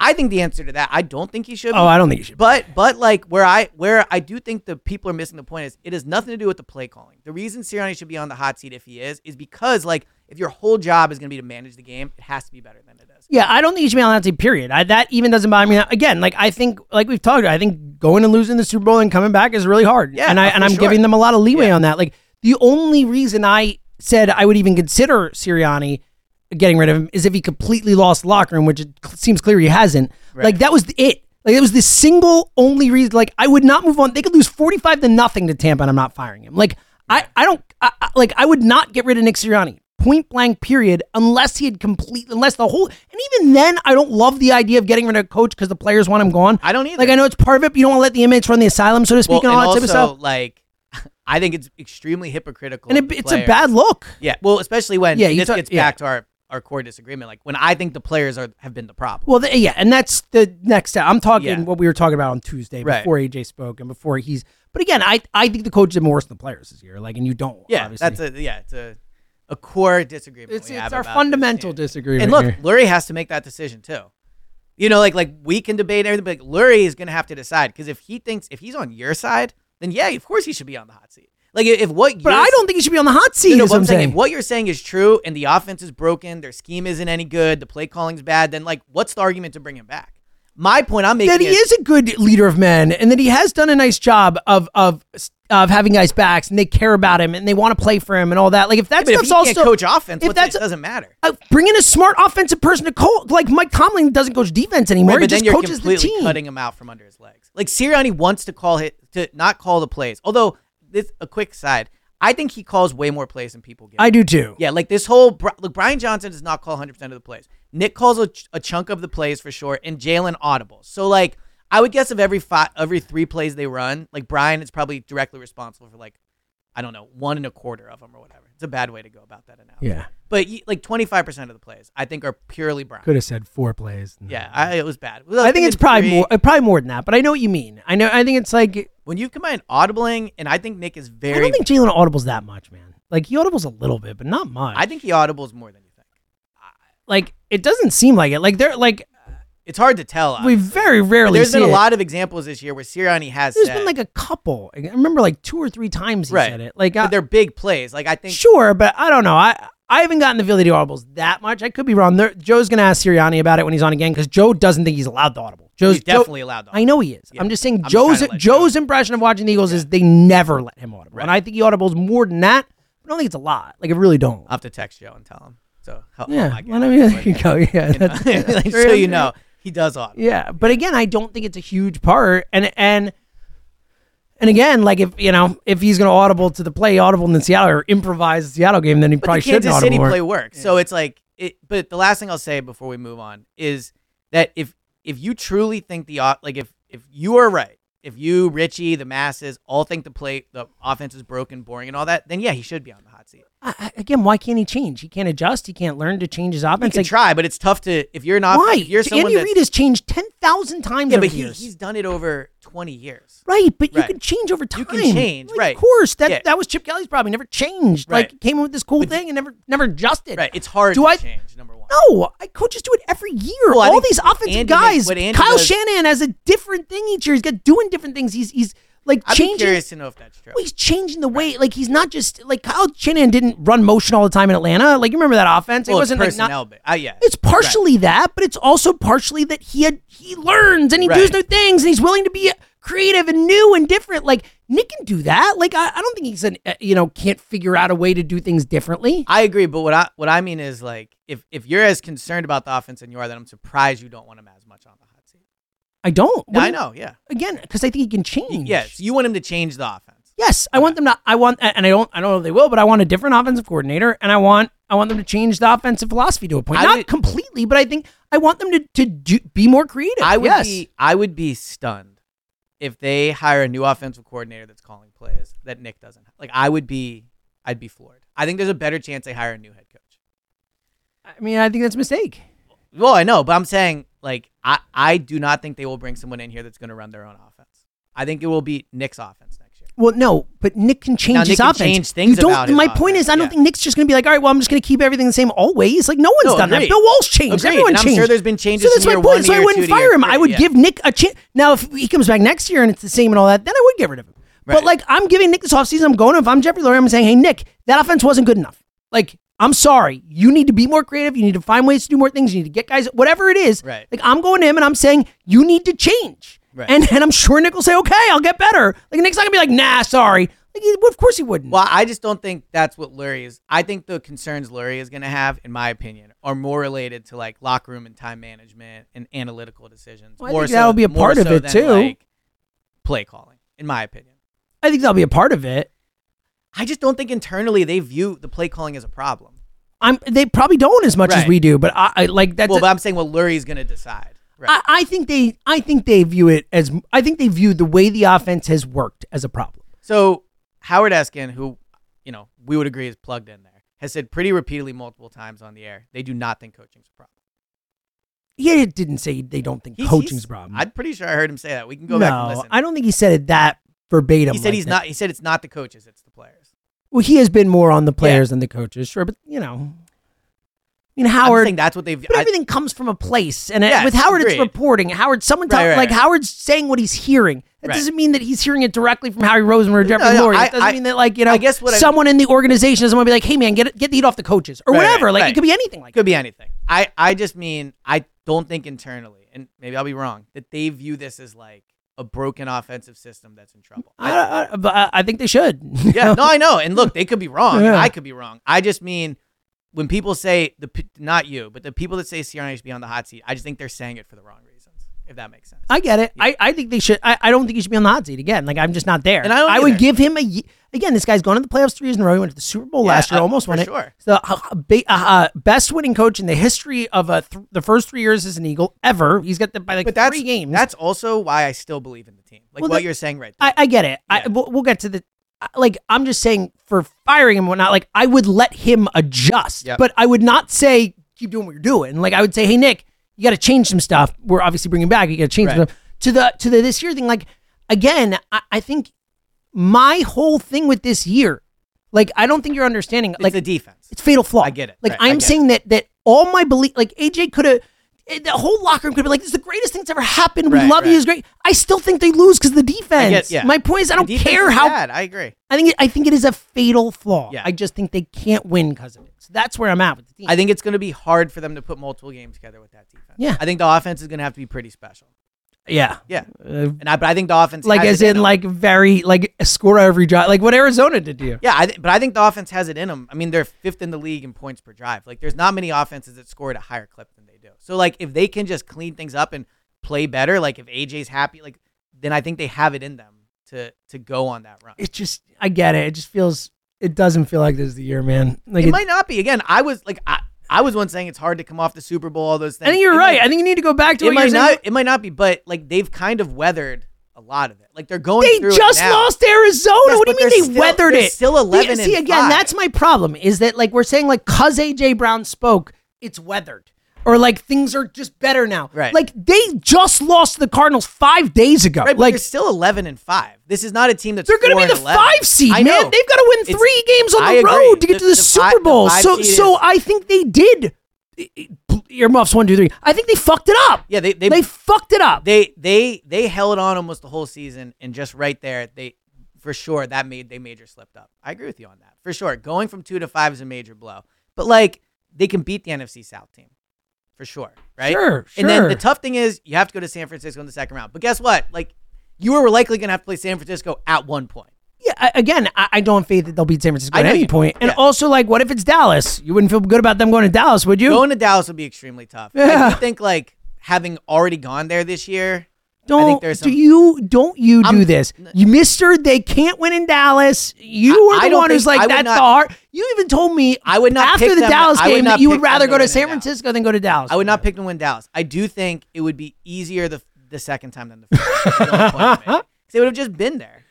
I think the answer to that, I don't think he should. be. oh, I don't think you should. But but like where I where I do think the people are missing the point is it has nothing to do with the play calling. The reason Sirianni should be on the hot seat if he is is because like if your whole job is going to be to manage the game, it has to be better than it is. Yeah, I don't think you should be on that team. Period. I, that even doesn't bother me. Now. Again, like I think, like we've talked, about, I think going and losing the Super Bowl and coming back is really hard. Yeah, and I for and I'm sure. giving them a lot of leeway Yeah. on that. Like the only reason I said I would even consider Sirianni getting rid of him is if he completely lost the locker room, which it cl- seems clear he hasn't. Like that was the, it. Like it was the single only reason. Like I would not move on. They could lose forty five to nothing to Tampa, and I'm not firing him. Like I, I don't I, I- like I would not get rid of Nick Sirianni. Point blank, period. Unless he had complete, unless the whole, and even then, I don't love the idea of getting rid of a coach because the players want him gone. I don't either. Like I know it's part of it, but you don't want to let the inmates run the asylum, so to speak, and all that also, type of stuff. like I think it's extremely hypocritical. And of it, the it's a players. bad look. Yeah, well, especially when Yeah, yeah, you this talk- gets yeah. back to our our core disagreement. Like when I think the players are have been the problem. Well, the, yeah, and that's the next step. I'm talking Yeah. what we were talking about on Tuesday Right. before AJ spoke and before he's. But again, I I think the coach did more worse than the players this year. Like, and you don't. yeah, obviously. that's a yeah, it's a a core disagreement. it's we it's have our about this fundamental team. disagreement. And look, here. Lurie has to make that decision too. You know, like like we can debate everything, but like, Lurie is gonna have to decide because if he thinks if he's on your side, then yeah, of course he should be on the hot seat. Like if, if what but you're- I don't think he should be on the hot seat. no, no, is but what I'm saying. if what you're saying is true and the offense is broken, their scheme isn't any good, the play calling's bad, then like what's the argument to bring him back? My point I'm making that he is a good leader of men and that he has done a nice job of of s- of having guys backs and they care about him and they want to play for him and all that. Like if that But if stuff's he can't also coach offense, if what's that's it doesn't matter. uh, bring in a smart offensive person to coach. Like Mike Tomlin doesn't coach defense anymore. Right, he but just then you're coaches the completely team. cutting him out from under his legs. Like Sirianni wants to call hit to not call the plays. Although this a quick side, I think he calls way more plays than people get. I do too. Yeah, like this whole Bri- look. Brian Johnson does not call 100 percent of the plays. Nick calls a, ch- a chunk of the plays for sure, and Jalen audible. So like, I would guess of every five, every three plays they run, like Brian is probably directly responsible for like, I don't know, one and a quarter of them or whatever. It's a bad way to go about that analogy. Yeah. But you, like 25 percent of the plays, I think, are purely Brian. Could have said four plays. Yeah, I, it was bad. I think it's probably three- more, uh, probably more than that. But I know what you mean. I know. I think it's like when you combine audibling and I think Nick is very. I don't think Jalen audibles that much, man. Like he audibles a little bit, but not much. I think he audibles more than you think. like it doesn't seem like it. Like they're like It's hard to tell. we obviously. very But rarely. There's see been a it. lot of examples this year where Sirianni has There's said, been like a couple. I remember like two or three times he right, said it. Like uh, I, but they're big plays. Like I think sure, but I don't know. I I haven't gotten the ability to audibles that much. I could be wrong. There, Joe's gonna ask Sirianni about it when he's on again because Joe doesn't think he's allowed the audible. Joe's he's definitely Joe, allowed. To I know he is. Yeah. I'm just saying I'm just trying Joe's to let you know. Joe's impression of watching the Eagles is they never let him audible, and Right. I think he audibles more than that. But I don't think it's a lot. Like I really don't. I'll have to text Joe and tell him. So help, help yeah, my guy. well, I mean, there you go. Yeah, that's, like, so you know he does audible. Yeah, but again, I don't think it's a huge part. And and and again, like if you know if he's going to audible to the play, audible in the Seattle or improvise Seattle game, then he But probably the Kansas shouldn't audible. City more. play works. So it's like it. But the last thing I'll say before we move on is that if if you truly think the au- like if if you are right, if you Richie the masses all think the play the offense is broken, boring, and all that, then yeah, he should be on the hot seat. I- I- again, why can't he change? He can't adjust. He can't learn to change his You offense. can Like, try, but it's tough to if you're not. why? If you're someone Andy that's, Reid has changed ten thousand times. yeah, over but the he, years. he's done it over twenty years. Right, but you Right. can change over time. You can change, Like, right. Of course, that Yeah. that was Chip Kelly's problem. He never changed. Like Right. came in with this cool But- thing and never never adjusted. Right, it's hard Do to I- change. Number one, No, I coaches do it every year. Well, I All think these what offensive Andy guys, does- what Andy Kyle does- Shanahan has a different thing each year. He's got doing different things. He's he's like I'd be changing. curious to know if that's true. well, he's changing the way. Like he's not just like Kyle Shanahan didn't run motion all the time in Atlanta. Like you remember that offense? Well, it it's wasn't like personnel, not. but uh, yeah, It's partially that, but it's also partially that he had he learns and he does Right. new things and he's willing to be creative and new and different. Like Nick can do that. Like I, I don't think he's an uh, you know can't figure out a way to do things differently. I agree, but what I what I mean is like if if you're as concerned about the offense and you are, then I'm surprised you don't want him as much on the hot seat. I don't. No, What I do- know, yeah, again because I think he can Y- change. yeah. So you want him to change the offense. Yes, I want them to. I want, and I don't. I don't know if they will, but I want a different offensive coordinator, and I want. I want them to change the offensive philosophy to a point, I not would- completely, but I think I want them to to do, be more creative. I would yes. be I would be stunned if they hire a new offensive coordinator that's calling plays that Nick doesn't. Have. Like I would be I'd be floored. I think there's a better chance they hire a new head coach. I mean, I think that's a mistake. Well, I know, but I'm saying like I I do not think they will bring someone in here that's going to run their own offense. I think it will be Nick's offense next year. Well, no, but Nick can change Now, his Nick can offense. change things you don't, about his my point offense, is, I don't yeah. think Nick's just going to be like, all right, well, I'm just going to keep everything the same always. Like no one's No, done that. agreed. Bill Walsh changed. Agreed, Everyone and I'm changed. sure there's been changes So that's from my year one point. so to I year wouldn't two to fire year him. three, I would yeah. give Nick a chance. Now, if he comes back next year and it's the same and all that, then I would get rid of him. But Right. like, I'm giving Nick this offseason. I'm going. If I'm Jeffrey Lurie, I'm saying, hey, Nick, that offense wasn't good enough. Like, I'm sorry. You need to be more creative. You need to find ways to do more things. You need to get guys, whatever it is. Right. Like, I'm going to him and I'm saying, you need to change. Right. And and I'm sure Nick will say, okay, I'll get better. Like, Nick's not going to be like, nah, sorry. Like, he, of course he wouldn't. Well, I just don't think that's what Lurie is. I think the concerns Lurie is going to have, in my opinion, are more related to like locker room and time management and analytical decisions. Well, I more think that'll be a more part of so it, than, too. Like, play calling, in my opinion. I think that'll be a part of it. I just don't think internally they view the play calling as a problem. I'm, they probably don't as much as Right. we do, but I, I like that's well, but I'm saying what Lurie is going to decide. Right. I, I think they I think they view it as I think they view the way the offense has worked as a problem. So Howard Eskin, who you know we would agree is plugged in there, has said pretty repeatedly multiple times on the air they do not think coaching's a problem. He didn't say they don't think He's- coaching's he's- a problem. I'm pretty sure I heard him say that. We can go no, back and listen. I don't think he said it that verbatim. He said like he's that. not. He said it's not the coaches, it's the players. Well, he has been more on the players than the coaches, sure, but you know, I I'm mean Howard. saying that's what they've. but I- everything comes from a place, and it- Yes, with Howard, it's agreed. reporting. Howard, someone Right, talk, right, like right. Howard's saying what he's hearing. That Right. doesn't mean that he's hearing it directly from Harry Roseman or Jeffrey no, Lurie. I- It doesn't I- mean that like you know, I guess what I- someone in the organization doesn't want to be like, "Hey, man, get get the heat off the coaches" or Right, right, whatever. like it right. could be anything like could be anything. I I just mean I don't think internally, and maybe I'll be wrong, that they view this as like a broken offensive system that's in trouble. I, I, but I, I think they should. Yeah, no, I know. And look, they could be wrong. Yeah. I could be wrong. I just mean when people say the p- not you, but the people that say Sirianni should be on the hot seat, I just think they're saying it for the wrong reasons. If that makes sense. I get it. I, I think they should. I, I don't think he should be on the hot seat again. Like I'm just not there. And I don't would either. give him a ye- again. This guy's gone to the playoffs three years in a row. He went to the Super Bowl Yeah, last year, uh, almost for won it. sure. So uh, uh, ba- uh, uh, best winning coach in the history of a th- the first three years as an Eagle ever. He's got the by like but that's three games. That's also why I still believe in the team. Like Well, what that- you're saying right there. I, I get it. I, Yeah. we'll, we'll get to the I- like. I'm just saying for firing him and whatnot. Like I would let him adjust, Yep. but I would not say keep doing what you're doing. Like I would say, hey Nick, you got to change some stuff. We're obviously bringing back. You got to change some Right. stuff to the to the this year thing. Like again, I, I think my whole thing with this year, like I don't think you're understanding. it's like the defense. it's fatal flaw. I get it. Like Right, I I'm get saying that that all my belief, like AJ could have, eh, the whole locker room could be like, "This is the greatest thing that's ever happened. We Right, love you. right. It's great." I still think they lose because the defense. yeah. My point is, I The don't defense care is how. bad. I agree. I think it, I think it is a fatal flaw. Yeah. I just think they can't win because of it. So that's where I'm at with the team. I think it's going to be hard for them to put multiple games together with that defense. Yeah. I think the offense is going to have to be pretty special. yeah. Yeah. Uh, And I, but I think the offense, like has as it in them. like very like score every drive, like what Arizona did to you. Yeah, I th- but I think the offense has it in them. I mean, they're fifth in the league in points per drive. Like, there's not many offenses that score at a higher clip than they do. So, like, if they can just clean things up and play better, like if AJ's happy, like then I think they have it in them to to go on that run. It just I get it. It just feels it doesn't feel like this is the year, man. Like It might not be. Again, I was like, I, I was once saying it's hard to come off the Super Bowl. All those things. I think you're It right. might- I think you need to go back to it what might you're saying. not. It might not be. But like, they've kind of weathered a lot of it. Like they're going. They through it just now. lost to Arizona. Yes, what do but you mean they're they still- weathered they're it? still 11 See, and again, five. that's my problem. Is that like we're saying like cause AJ Brown spoke, it's weathered, or like things are just better now. Right. Like they just lost to the Cardinals five days ago. Right, but like they're still eleven and five. This is not a team that's they're going to four be and the 11. five seed, I man. know. They've got to win It's- three games on I the agree. road to get to the, fi- Super Bowl. five so, seed so is- I think they did. E, Earmuffs one, two, three. I think they fucked it up. Yeah, they- they, they- fucked it up. they they they held on almost the whole season and just right there they for sure that made they major slipped up i agree with you on that for sure going from two to five is a major blow but like they can beat the nfc south team for sure right Sure, and then sure. the tough thing is you have to go to san francisco in the second round but guess what like you were likely going to have to play san francisco at one point Yeah, I- again, I, I don't have faith that they'll beat San Francisco I at know any you don't. point. And Yeah. also, like, what if it's Dallas? You wouldn't feel good about them going to Dallas, would you? going to dallas would be extremely tough i Yeah. do think like having already gone there this year don't I think there's some- do you don't you do I'm- this, you Mister? They can't win in Dallas. You I- are I the don't one who's think- I like would that's not- the heart. You even told me I would not after pick the them- Dallas I would game not that you would pick rather them go to win to San in Dallas. Francisco than go to Dallas. I would not pick them to win Dallas. I do think it would be easier the the second time than the first. That's the only point I'm making. 'Cause they would have just been there.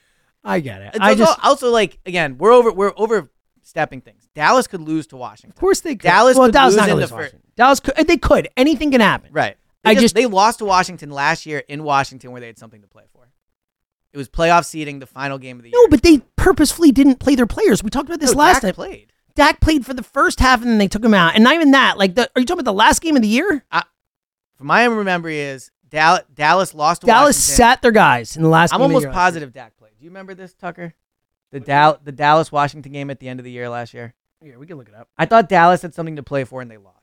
I get it. It's I also, just also like again, we're over we're overstepping things. Dallas could lose to Washington. of course they could. Dallas Well, could Dallas lose not in gonna the lose fir- Washington. Dallas could. They could. Anything can happen. Right. I I just, just- they lost to Washington last year in Washington where they had something to play for. It was playoff seeding, the final game of the year. No, but they purposefully didn't play their players. We talked about this No, last Dak time. played. Dak played for the first half and then they took him out. And not even that. Like, the, are you talking about the last game of the year? From my memory is Dallas, Dallas lost to Dallas Washington. sat their guys in the last. I'm game of the almost year. positive Dak played. Do you remember this, Tucker? The Dal- the Dallas Washington game at the end of the year last year. Yeah, we can look it up. I thought Dallas had something to play for and they lost.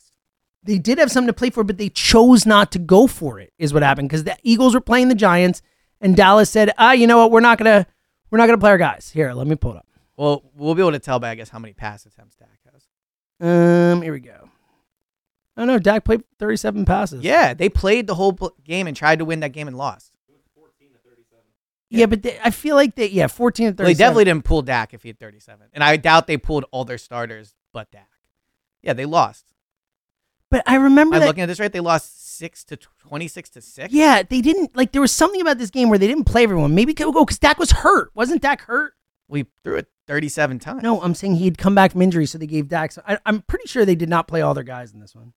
They did have something to play for, but they chose not to go for it. Is what happened because the Eagles were playing the Giants, and Dallas said, "Ah, you know what? We're not gonna, we're not gonna play our guys." Here, let me pull it up. Well, we'll be able to tell by I guess how many pass attempts Dak has. Um, here we go. Oh no, Dak played 37 passes. Yeah, they played the whole pl- game and tried to win that game and lost. yeah, but they, I feel like they, yeah, 14 and 37. Well, they definitely didn't pull Dak if he had 37, and I doubt they pulled all their starters but Dak. Yeah, they lost. But I remember Am I that. looking at this right? They lost six to tw- 26 to six. Yeah, they didn't like. There was something about this game where they didn't play everyone. Maybe go because Dak was hurt. Wasn't Dak hurt? we threw it 37 times. No, I'm saying he'd come back from injury, so they gave Dak. So I, I'm pretty sure they did not play all their guys in this one.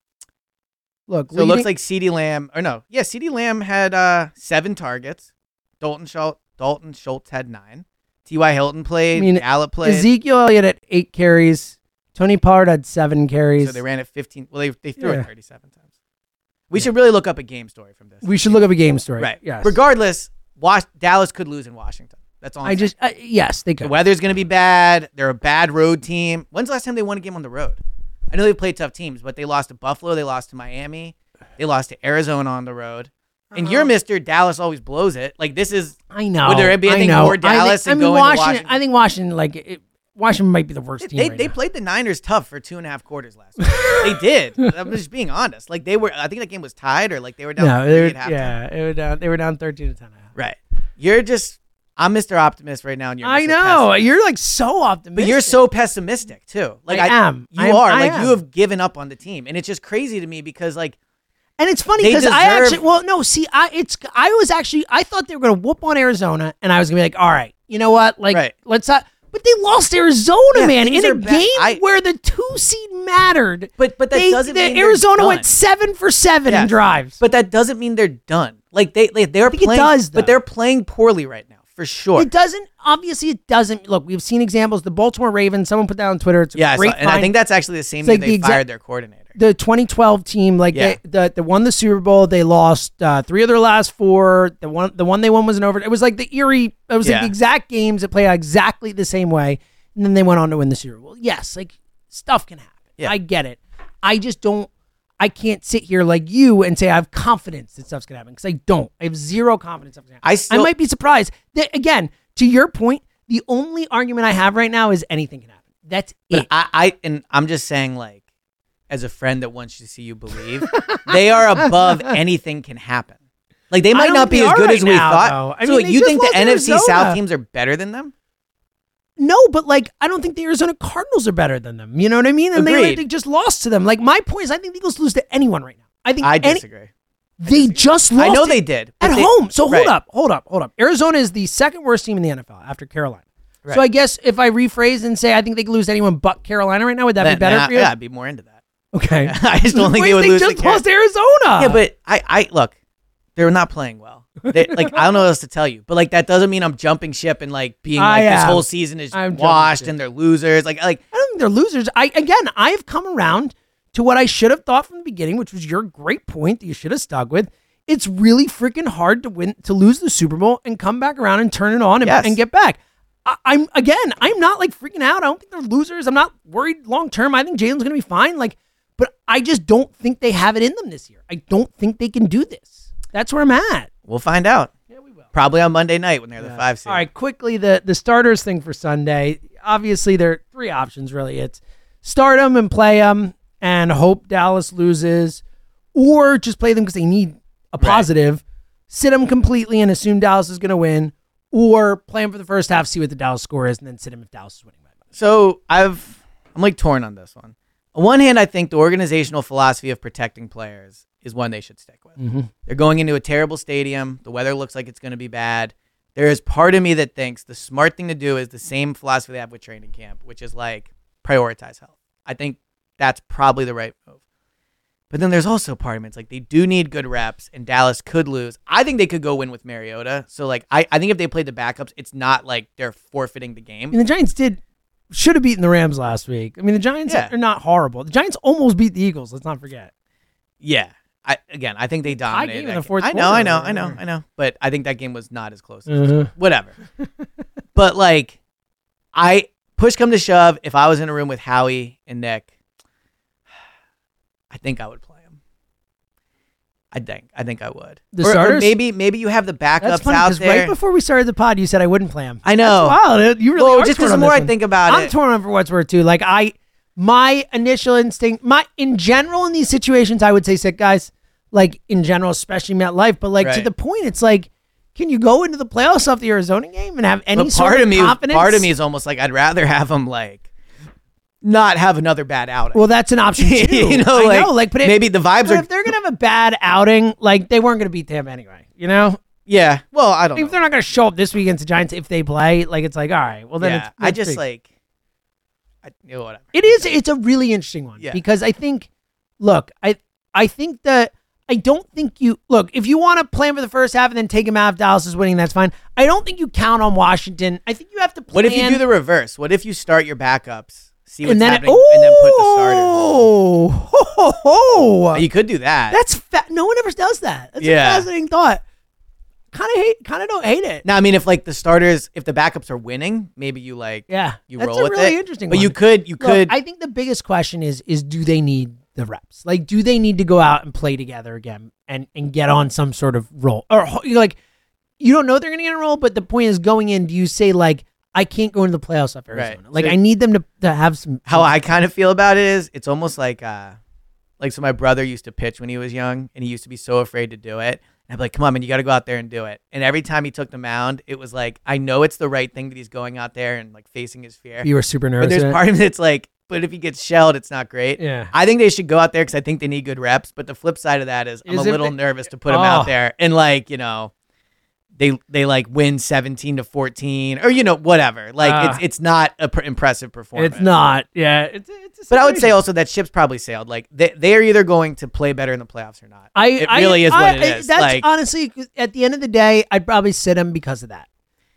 Look, So it leading- looks like Ceedee Lamb, or no, yeah, Ceedee Lamb had uh, seven targets. Dalton Schultz, Dalton Schultz had nine. T.Y. Hilton played. I mean, Gallup played. Ezekiel Elliott had eight carries. Tony Pollard had seven carries. So they ran it 15. Well, they, they threw Yeah. it 37 times. We should really look up a game story from this. we should look up a game story. right. Yes. Regardless, Wash, Dallas could lose in Washington. That's all. I'm I just uh, yes, they the could. weather's going to be bad. They're a bad road team. When's the last time they won a game on the road? I know they've played tough teams, but they lost to Buffalo. They lost to Miami. They lost to Arizona on the road. And Uh-huh. you're Mr. Dallas always blows it. Like this is I know. Would there be anything I know. more I thi- Dallas I than mean, going to Washington, Washington? I think Washington, like it, Washington, might be the worst team. they, right they now. played the Niners tough for two and a half quarters last week. they did. I'm just being honest. Like they were I think that game was tied or like they were down No, three they were, at halftime. yeah, they were down. They were down thirteen to ten. Right. You're just I'm Mr. Optimist right now and you're I Mr. know. Pessimist. You're like so optimistic. But you're so pessimistic too. Like I I, am. You I am- are. I like am. you have given up on the team, and it's just crazy to me because like And it's funny They because I deserve- actually well no see I it's I was actually I thought they were gonna whoop on Arizona and I was gonna be like all right you know what like Right. let's not but they lost Arizona Yeah, man things in a are bad. game I- where the two seed mattered But- but that They- doesn't the- mean they're Arizona done. went seven for seven in Yeah. drives But that doesn't mean they're done. Like they, like they're think it playing. does, though. but they're playing poorly right now, for sure. it doesn't obviously it doesn't look we've seen examples the Baltimore Ravens someone put that on Twitter it's a Yeah, I saw- great and I find. think that's actually the same It's year like the they exact- fired their coordinator. the 2012 team, like Yeah. they, the they won the Super Bowl. They lost uh, three of their last four. The one the one they won was an over. It was like the eerie. It was like Yeah. the exact games that played out exactly the same way, and then they went on to win the Super Bowl. Yes, like stuff can happen. Yeah. I get it. I just don't. I can't sit here like you and say I have confidence that stuff's gonna happen because I don't. I have zero confidence. Stuff's gonna happen. I still- I might be surprised. That, again, to your point, the only argument I have right now is anything can happen. That's But it. I, I, and I'm just saying, like, as a friend that wants to see you believe, they are above anything can happen. Like they I might don't not think be they as are good right as we now, though. thought. I so mean, they you just think the lost to NFC Arizona. South teams are better than them? No, but like I don't think the Arizona Cardinals are better than them. You know what I mean? And they, like, Agreed. they just lost to them. Like my point is, I think the Eagles lose to anyone right now. I think I any- disagree. they just I lost. know to- they did but at they- home. So hold Right. up, hold up, hold up. Arizona is the second worst team in the NFL after Carolina. Right. So I guess if I rephrase and say I think they could lose to anyone but Carolina right now, would that Then- be better then I- for you? Yeah, I'd be more into that. Okay. I just don't think Wait, they would lose to just lost to Carolina. Arizona. Yeah, but I, I look, they're not playing well. They, like I don't know what else to tell you, but like that doesn't mean I'm jumping ship and like being I like this am. whole season is Ah, I'm jumping washed ship. and they're losers. Like like I don't think they're losers. I again, I have come around to what I should have thought from the beginning, which was your great point that you should have stuck with. It's really freaking hard to win to lose the Super Bowl and come back around and turn it on and, Yes. and get back. I, I'm again, I'm not like freaking out. I don't think they're losers. I'm not worried long term. I think Jalen's gonna be fine. Like, but I just don't think they have it in them this year. I don't think they can do this. That's where I'm at. we'll find out. Yeah, we will. Probably on Monday night when they're the five seed. All right, quickly the the starters thing for Sunday. Obviously, there are three options really. It's start them and play them and hope Dallas loses, or just play them because they need a positive. Sit them completely and assume Dallas is going to win, or play them for the first half, see what the Dallas score is, and then sit them if Dallas is winning. by much. So I've I'm like torn on this one. On one hand, I think the organizational philosophy of protecting players is one they should stick with. They're going into a terrible stadium. The weather looks like it's going to be bad. There is part of me that thinks the smart thing to do is the same philosophy they have with training camp, which is like prioritize health. I think that's probably the right move. But then there's also part of me. It's like they do need good reps, and Dallas could lose. I think they could go win with Mariota. So like I, I think if they played the backups, it's not like they're forfeiting the game. I mean, the Giants did should have beaten the Rams last week. I mean, the Giants Yeah. are not horrible. The Giants almost beat the Eagles. Let's not forget. Yeah. I again, I think they dominated. in that the game. fourth I know, I quarter. Mm. know, I know, I know. But I think that game was not as close. As Whatever. but like, I push come to shove. If I was in a room with Howie and Nick, I think I would play him. I think. I think I would. The or, or starters? maybe maybe you have the That's backups funny out because there. right before we started the pod, you said I wouldn't play him. I know. That's wild. You really Well, are just 'cause torn the on more this I one. think about I'm it- torn on for what's worth too. Like I, my initial instinct, my in general in these situations, I would say sick guys. Like in general, especially Met Life, but like to Right. the point, it's like, can you go into the playoffs off the Arizona game and have any but sort part of me, confidence? part of me is almost like I'd rather have him like not have another bad outing. Well, that's an option too. You know, I like, know, like, but if- maybe the vibes but are- If they're gonna have a bad outing, like they weren't gonna beat them anyway. You know, yeah. Well, I don't. know. if they're not gonna show up this week against the Giants, if they play, like it's like, all right, well then yeah. it's, I let's just see. like. I, you know, whatever. It is. It's a really interesting one Yeah. because I think, look, I I think that I don't think you look if you want to play him for the first half and then take him out if Dallas is winning, that's fine. I don't think you count on Washington. I think you have to. Plan What if you do the reverse? What if you start your backups, see what's and then happening, and then put the starters? Oh, ho, ho, ho. in? You could do that. that's fa- no one ever does that. That's Yeah. a fascinating thought. Kind of hate. Kind of don't hate it. now, I mean, if like the starters, if the backups are winning, maybe you like yeah, you that's roll a with really it. interesting. But one. you could, you Look, could. I think the biggest question is: is do they need the reps? Like, do they need to go out and play together again and and get on some sort of role? Or ho- you're like, you don't know they're going to get a role, but the point is going in. Do you say like, I can't go into the playoffs off Right. Arizona? Like, So- I need them to, to have some. how I kind of feel about it is it's almost like uh like so my brother used to pitch when he was young and he used to be so afraid to do it. And I'd be like, come on, man, you gotta go out there and do it. And every time he took the mound, it was like, I know it's the right thing that he's going out there and like facing his fear. you were super nervous. But there's about it. part of me that's like, but if he gets shelled, it's not great. Yeah. I think they should go out there because I think they need good reps. But the flip side of that is, I'm Is a if little they- nervous to put him out Oh. there and like you know, they they like win 17 to 14 or you know whatever. Like Ah. it's it's not a pr- impressive performance. It's not. Yeah. It's, it's a But I would say situation. also that ship's probably sailed. Like they they are either going to play better in the playoffs or not. I it I- really is I- what it is. That's Like honestly, at the end of the day, I'd probably sit him because of that.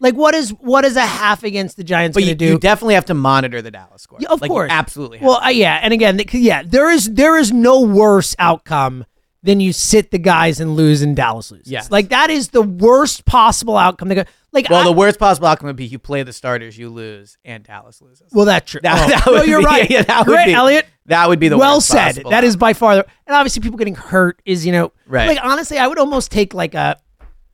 Like, what is what is a half against the Giants but going to you, do? you definitely have to monitor the Dallas score. Yeah, of Like, you course, absolutely. have Well, uh, yeah, and again, th- yeah, there is there is no worse outcome than you sit the guys and lose and Dallas loses. Yes. like that is the worst possible outcome. They go like Well, I- the worst possible outcome would be you play the starters, you lose, and Dallas loses. well that's true. That, Oh. that No, would you're be, right. Yeah, that You're would right, be, Elliot. That would be the well worst said. possible That is outcome. by far the and obviously people getting hurt is you know Right. Like honestly, I would almost take like a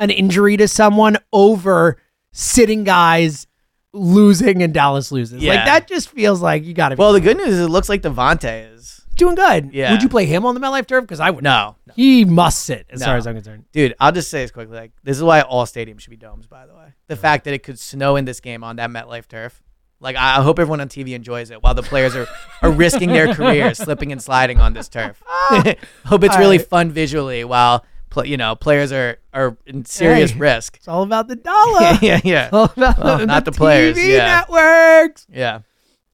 an injury to someone over sitting guys losing and Dallas loses. Yeah. Like that just feels like you got to Well, the good news is it looks like Devontae is. be doing good. yeah. Would you play him on the MetLife turf? Because I would. No, He must sit as No. far as I'm concerned. dude. I'll just say this quickly. Like, this is why all stadiums should be domes. By the way, the fact that it could snow in this game on that MetLife turf. Like, I I hope everyone on TV enjoys it while the players are, are risking their careers, slipping and sliding on this turf. hope it's really fun visually while pl- you know players are are in serious Hey. Oh. risk. It's all about the dollar. yeah, yeah, yeah. It's all about Well, the, not the TV players, yeah. networks. yeah.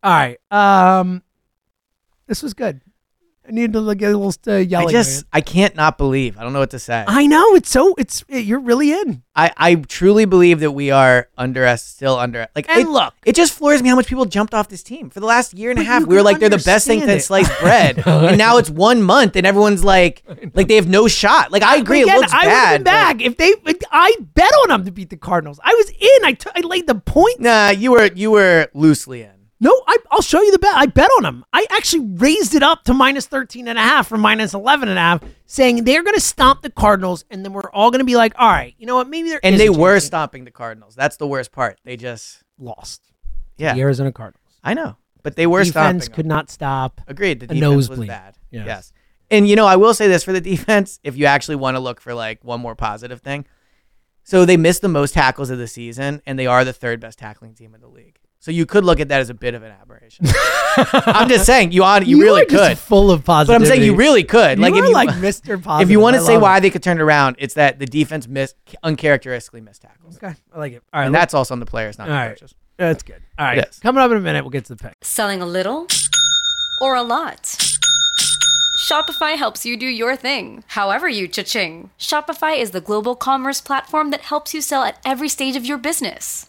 All right. Um, this was good. I needed to look at a little uh, yelling. I just man. I can't not believe. I don't know what to say. I know it's so it's you're really in. I, I truly believe that we are under still under like And it, look- it just floors me how much people jumped off this team for the last year and a But half. you We were can like they're the best thing understand since it. sliced bread, and now it's one month and everyone's like like they have no shot. Like I agree, Again, it looks I would bad. have been but- back if they. I bet on them to beat the Cardinals. I was in. I took- I laid the point. Nah, you were you were loosely in. No, I, I'll show you the bet. I bet on them. I actually raised it up to minus 13 and a half from minus 11 and a half, saying they're going to stomp the Cardinals, and then we're all going to be like, all right, you know what? Maybe they're And they were stomping the Cardinals. That's the worst part. They just lost. yeah, The Arizona Cardinals. I know, but they were stomping. Defense them. could not stop. Agreed. The A defense was nosebleed. bad. Yes. Yes. And you know, I will say this for the defense, if you actually want to look for like one more positive thing. So they missed the most tackles of the season and they are the third best tackling team in the league. So you could look at that as a bit of an aberration. I'm just saying you on you, really are just could. full of But I'm positivity. saying you really could. You like if are you like Mr. If you Positive. want I to say love why it. they could turn it around, it's that the defense missed uncharacteristically missed tackles. Okay, I like it. All right, And that's also on the players, not all the right. coaches. That's good. All right, Yes. coming up in a minute, we'll get to the pick. Selling a little or a lot? Shopify helps you do your thing, however you cha-ching. Shopify is the global commerce platform that helps you sell at every stage of your business.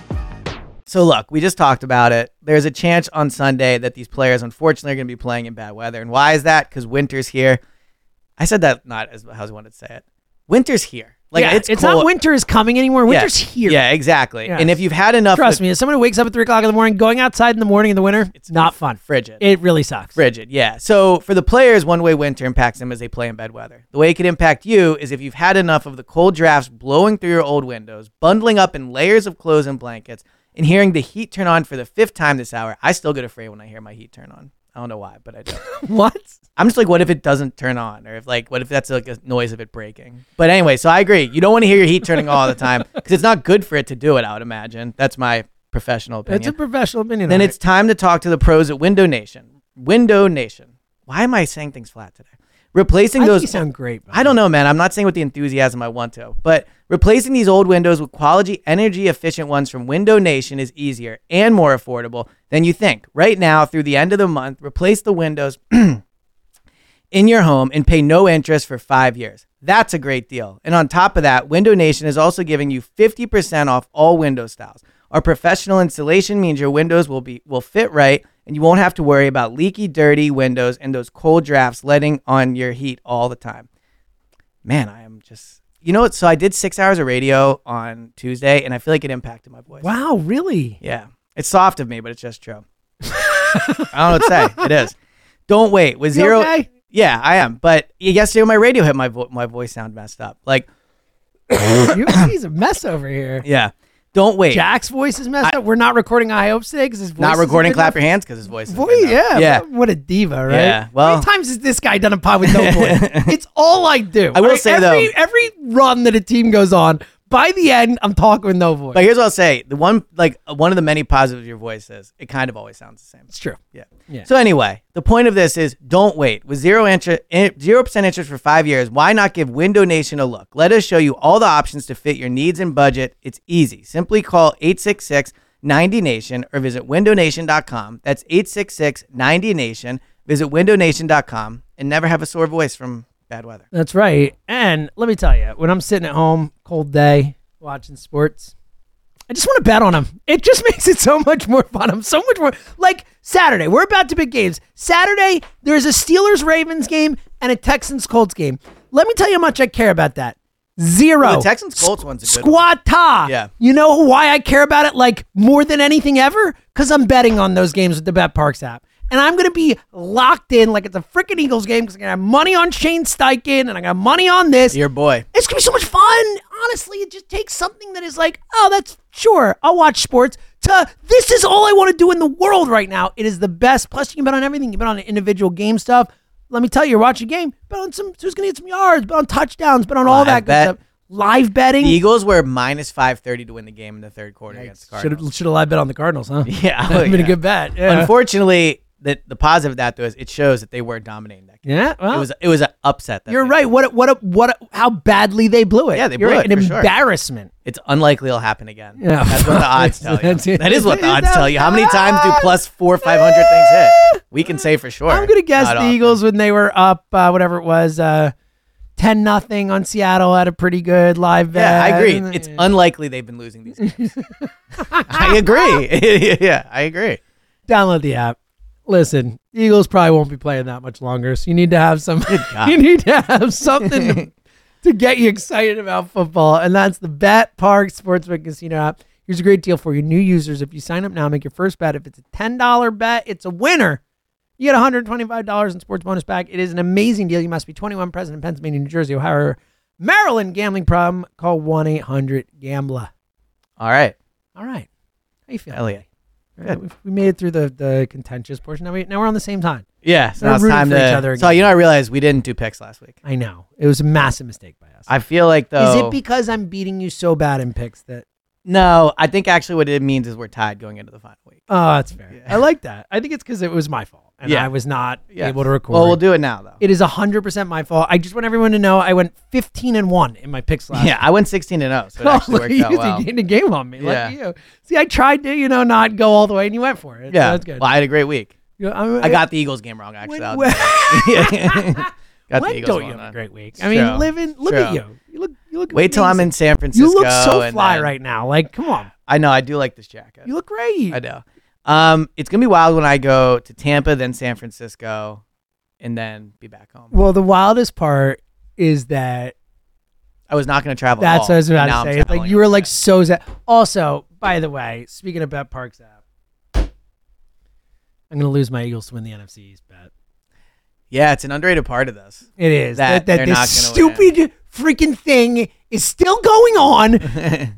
So look, we just talked about it. There's a chance on Sunday that these players, unfortunately, are going to be playing in bad weather. And why is that? Because winter's here. I said that not as how I wanted to say it. Winter's here. Like yeah, it's it's, cold. not winter is coming anymore. Yeah. Winter's here. Yeah, exactly. Yeah. And if you've had enough, Trust me, as someone who wakes up at three o'clock in the morning, going outside in the morning in the winter, it's not fun. frigid. It really sucks. Frigid, yeah. So for the players, one way winter impacts them is they play in bad weather. The way it could impact you is if you've had enough of the cold drafts blowing through your old windows, bundling up in layers of clothes and blankets, and hearing the heat turn on for the fifth time this hour. I still get afraid when I hear my heat turn on. I don't know why, but I do. What? I'm just like, what if it doesn't turn on, or if like, what if that's like a noise of it breaking? But anyway, so I agree. You don't want to hear your heat turning all the time because it's not good for it to do it. I would imagine that's my professional opinion. It's a professional opinion. Then on it's it. time to talk to the pros at Window Nation. Window Nation. Why am I saying things flat today? Replacing I those. think you sound great. by I don't know, man. I'm not saying with the enthusiasm I want to, but replacing these old windows with quality, energy efficient ones from Window Nation is easier and more affordable than you think. Right now, through the end of the month, replace the windows in your home and pay no interest for five years. That's a great deal. And on top of that, Window Nation is also giving you 50% off all window styles. Our professional installation means your windows will be will fit right and you won't have to worry about leaky, dirty windows and those cold drafts letting on your heat all the time man, I am just you know what? So I did six hours of radio on Tuesday, and I feel like it impacted my voice. Wow, really? Yeah, it's soft of me, but it's just true. I don't know what to say. It is. Don't wait with You zero. okay? Yeah, I am. But yesterday when my radio hit, my vo- my voice sound messed up. Like, You- He's a mess over here. yeah, don't wait. Jack's voice is messed up. We're not recording I Hope today because his voice Not isn't recording. good Clap enough. your hands because his voice. is Boy, good enough. yeah, yeah. what- What a diva, right? Yeah, How well- many times has this guy done a pod with no voice? it's all I do. I will Like, say, every, though- every run that a team goes on, by the end, I'm talking with no voice. But here's what I'll say: the one, like one of the many positives of your voice is it kind of always sounds the same. it's true. Yeah. Yeah. So anyway, the point of this is don't wait. With zero interest, zero percent interest for five years, why not give Window Nation a look? Let us show you all the options to fit your needs and budget. It's easy. Simply call 866 90Nation or visit windownation.com. That's 866 90Nation. Visit windownation.com and never have a sore voice from bad weather. That's right. And let me tell you, when I'm sitting at home, cold day, watching sports, I just want to bet on them. It just makes it so much more fun. I'm so much more like Saturday. We're about to pick games. Saturday, there's a Steelers Ravens game and a Texans Colts game. Let me tell you how much I care about that. Zero. Well, the Texans Colts one's a good one. Squatta. Yeah. You know why I care about it like more than anything ever? Because I'm betting on those games with the Bet Parks app. And I'm going to be locked in like it's a freaking Eagles game because I'm going to have money on Shane Steichen and I got money on this. Dear boy. It's going to be so much fun. Honestly, it just takes something that is like, oh, that's sure, I'll watch sports to this is all I want to do in the world right now. It is the best. Plus, you can bet on everything. You can bet on individual game stuff. Let me tell you, you're watching a game, bet on some who's going to get some yards, bet on touchdowns, bet on all Live that good bet. stuff. Live betting. The Eagles were minus 530 to win the game in the third quarter against the Cardinals. Should have should have bet on the Cardinals, huh? Yeah, That'd oh, been yeah. a good bet. Yeah. Unfortunately, the, the positive of that though is it shows that they were dominating that game. Yeah, well, it was it was an upset. That you're they- right. What a, what a, what a, how badly they blew it. Yeah, they You're blew right, it, An for sure. embarrassment. It's unlikely it'll happen again. Yeah. that's what the odds tell you. That's it. That is what the It is odds tell you. How many times do outside. plus four five hundred things hit? We can say for sure. I'm gonna guess Not the often. Eagles when they were up, uh, whatever it was, uh, ten nothing on Seattle had a pretty good live. Yeah, I bet. agree. And- It's unlikely they've been losing these games. I agree. yeah, I agree. download the app. Listen, Eagles probably won't be playing that much longer, so you need to have some. you need to have something to, to get you excited about football, and that's the Bet Park Sportsbook Casino app. Here's a great deal for you new users. If you sign up now, make your first bet. If it's a ten dollar bet, it's a winner. You get $125 in sports bonus back. It is an amazing deal. You must be 21, present in Pennsylvania, New Jersey, Ohio, or Maryland. Gambling problem? Call 1-800-GAMBLER. All right, All right. How you feeling? Elliot. All right, we've- we made it through the, the contentious portion. Now we now we're on the same time. Yeah, so They're now it's rooting time for to. each other so again. you know, I realized we didn't do picks last week. I know it was a massive mistake by us. I feel like though. Is it because I'm beating you so bad in picks that? no, I think actually what it means is we're tied going into the final week. Oh, that's fair. I like that. I think it's because it was my fault and Yeah. I was not Yes. able to record. Well, we'll do it now though. It is hundred percent my fault. I just want everyone to know I went fifteen and one in my picks last. yeah, I went sixteen and zero, so it Oh, actually look at worked you out well. the game on me. Yeah. Lucky you. See, I tried to, you know, not go all the way, and you went for it. so Yeah, that's good. Well, I had a great week. You know, I'm- I got the Eagles game wrong actually. When, That was- when, Yeah. got when the Eagles don't you one have a on. great week? It's I mean, true. living. Look at True. you. You look. You look. Wait till I'm amazing. in San Francisco. You look so and fly then- right now. Like, come on. I know. I do like this jacket. You look great. I know. Um, it's gonna be wild when I go to Tampa, then San Francisco, and then be back home. Well, the wildest part is that I was not gonna travel. at that's all, what I was Oh, and about now I'm to say. It's like traveling you were like instead. so zap. Also, by the way, speaking of Bet Parks app, I'm gonna lose my Eagles to win the NFC East bet. yeah, it's an underrated part of this. It is That that they're that, not this gonna win. stupid freaking thing is still going on.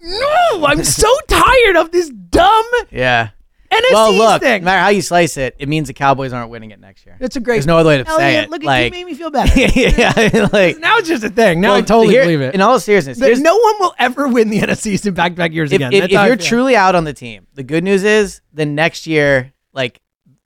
no, I'm so tired of this dumb Yeah. NFC well, look, thing. no matter how you slice it, it means the Cowboys aren't winning it next year. That's a great. There's no other way to say Elliot, it. Look at like, you, made me feel better. yeah, I mean, like now it's just a thing. Now I well, totally here- believe it. In all seriousness, That here's, no one will ever win the NFC East in back-to-back years if, again. if, That's if how I you're feel. truly out on the team, the good news is then next year, like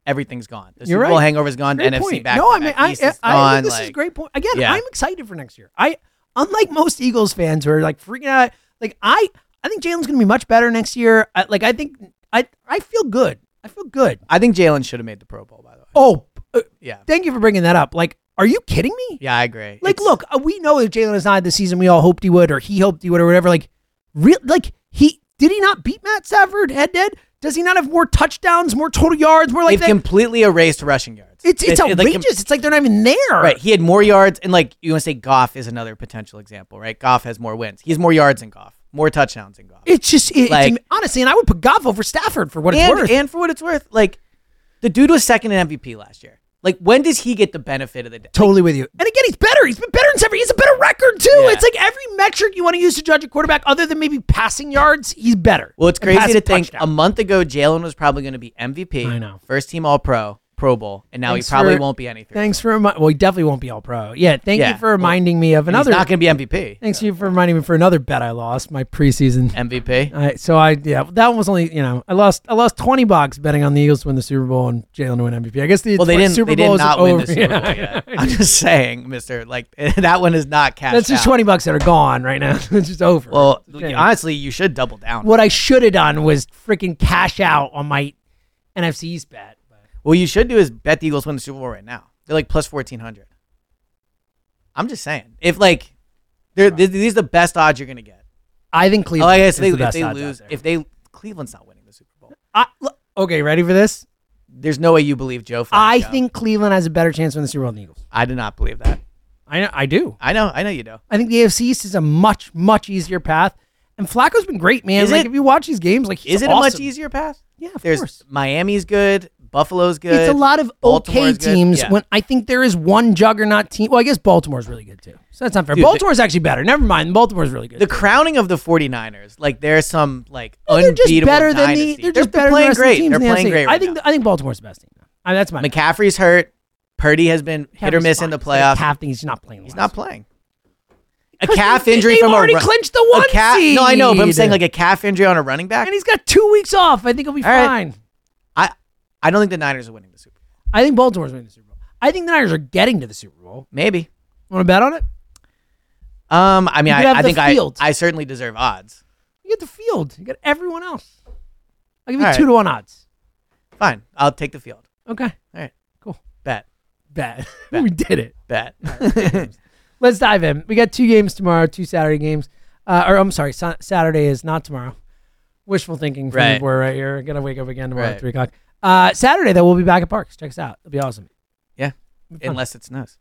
everything's gone. The You're Super Bowl right. hangover is gone. Great the point. NFC back. No, I mean, I, East I, is I gone, think this like, is a great point. Again, Yeah. I'm excited for next year. I, unlike most Eagles fans who are like freaking out, like I, I think Jalen's going to be much better next year. I, like I think I, I feel good. I feel good. I think Jalen should have made the Pro Bowl. By the way. Oh, uh, Yeah. thank you for bringing that up. Like, are you kidding me? Yeah, I agree. Like, It's- look, uh, we know if Jalen is not this season, we all hoped he would, or he hoped he would, or whatever. Like, real, like he did he not beat Matt Stafford head to head? Does he not have more touchdowns, more total yards, more like they've that? completely erased rushing yards. It's it's It- it, outrageous. like, it's like they're not even there. Right, he had more yards, and like you want to say, Goff is another potential example, right? Goff has more wins. He has more yards than Goff, more touchdowns than Goff. It's just it, Like- it's, honestly, and I would put Goff over Stafford for what it's and, worth. and for what it's worth, like the dude was second in MVP last year. Like, when does he get the benefit of the doubt? totally with you. And again, he's better. He's been better than every. He's a better record too. Yeah. It's like every metric you want to use to judge a quarterback, other than maybe passing yards, he's better. Well, it's And crazy passing to think touchdowns. a month ago Jalen was probably going to be MVP. I know. first team All Pro, Pro Bowl, and now Thanks he probably for- won't be anything. Thanks for remi- well, he definitely won't be all pro. Yeah, thank Yeah. you for reminding me of And he's another. not going to be MVP. thanks you for reminding me for another bet I lost my preseason. MVP. I, so I yeah that one was only you know I lost I lost twenty bucks betting on the Eagles to win the Super Bowl and Jalen to win MVP. I guess the Well, they didn't. Super they Bowl did is not over. win the Super Bowl yet. I'm just saying, Mister. Like that one is not cashed. That's just out. twenty bucks that are gone right now. it's just over. Well, Yeah. honestly, you should double down. what I should have done was freaking cash out on my NFC East bet. What you should do is bet the Eagles win the Super Bowl right now. They're like plus fourteen hundred. I'm just saying, if like, they're, th- these are the best odds you're going to get. I think Like Cleveland. Oh, I is guess they, the if best they odds out lose, there. if they Cleveland's not winning the Super Bowl. I, look, okay, ready for this? There's no way you believe Joe. Flacco. I think Cleveland has a better chance to win the Super Bowl than the Eagles. I do not believe that. I know, I do. I know, I know you do. I think the AFC East is a much much easier path. And Flacco's been great, man. Is like it- if you watch these games, like he's Is it a much awesome. easier path? Yeah, of There's course. Miami's good, Buffalo's good. It's a lot of okay Baltimore's good. teams. Yeah. When I think there is one juggernaut team. Well, I guess Baltimore's really good too. So that's not fair. Dude, the- Baltimore's actually better. Never mind. Baltimore's really good. the crowning of the 49ers, like there's some like No, they're unbeatable just better than the. dynasty. They're just better playing than the rest of the great. teams they're in the playing NFC. great. I think the- I think Baltimore's the best team. I mean, that's my McCaffrey's hurt. Purdy has been hit or McCaffrey's miss in fine. the It's like a playoffs. Calf thing. He's not playing. He's last not week. playing. A Because calf they- injury they've from already a run- clinched the a one calf- No, I know, but I'm saying seed. like a calf injury on a running back. And he's got two weeks off. I think he'll be All right. fine. I I don't think the Niners are winning the Super Bowl. I think Baltimore's winning the Super Bowl. I think the Niners are getting to the Super Bowl. Maybe. Want to bet on it? Um, I mean, You could have I, I the think field. I I certainly deserve odds. You get the field. You get everyone else. I'll give you All right. two to one odds. Fine, I'll take the field. Okay. All right, Cool. bet, Bet. we did it. bet. Let's dive in. We got two games tomorrow, two Saturday games. Uh, or I'm sorry, Sa- Saturday is not tomorrow. Wishful thinking from the Right. boy right here. I gotta wake up again tomorrow at Right. three o'clock. Uh, Saturday though, we'll be back at Parks. Check us out. It'll be awesome. yeah, unless it snows.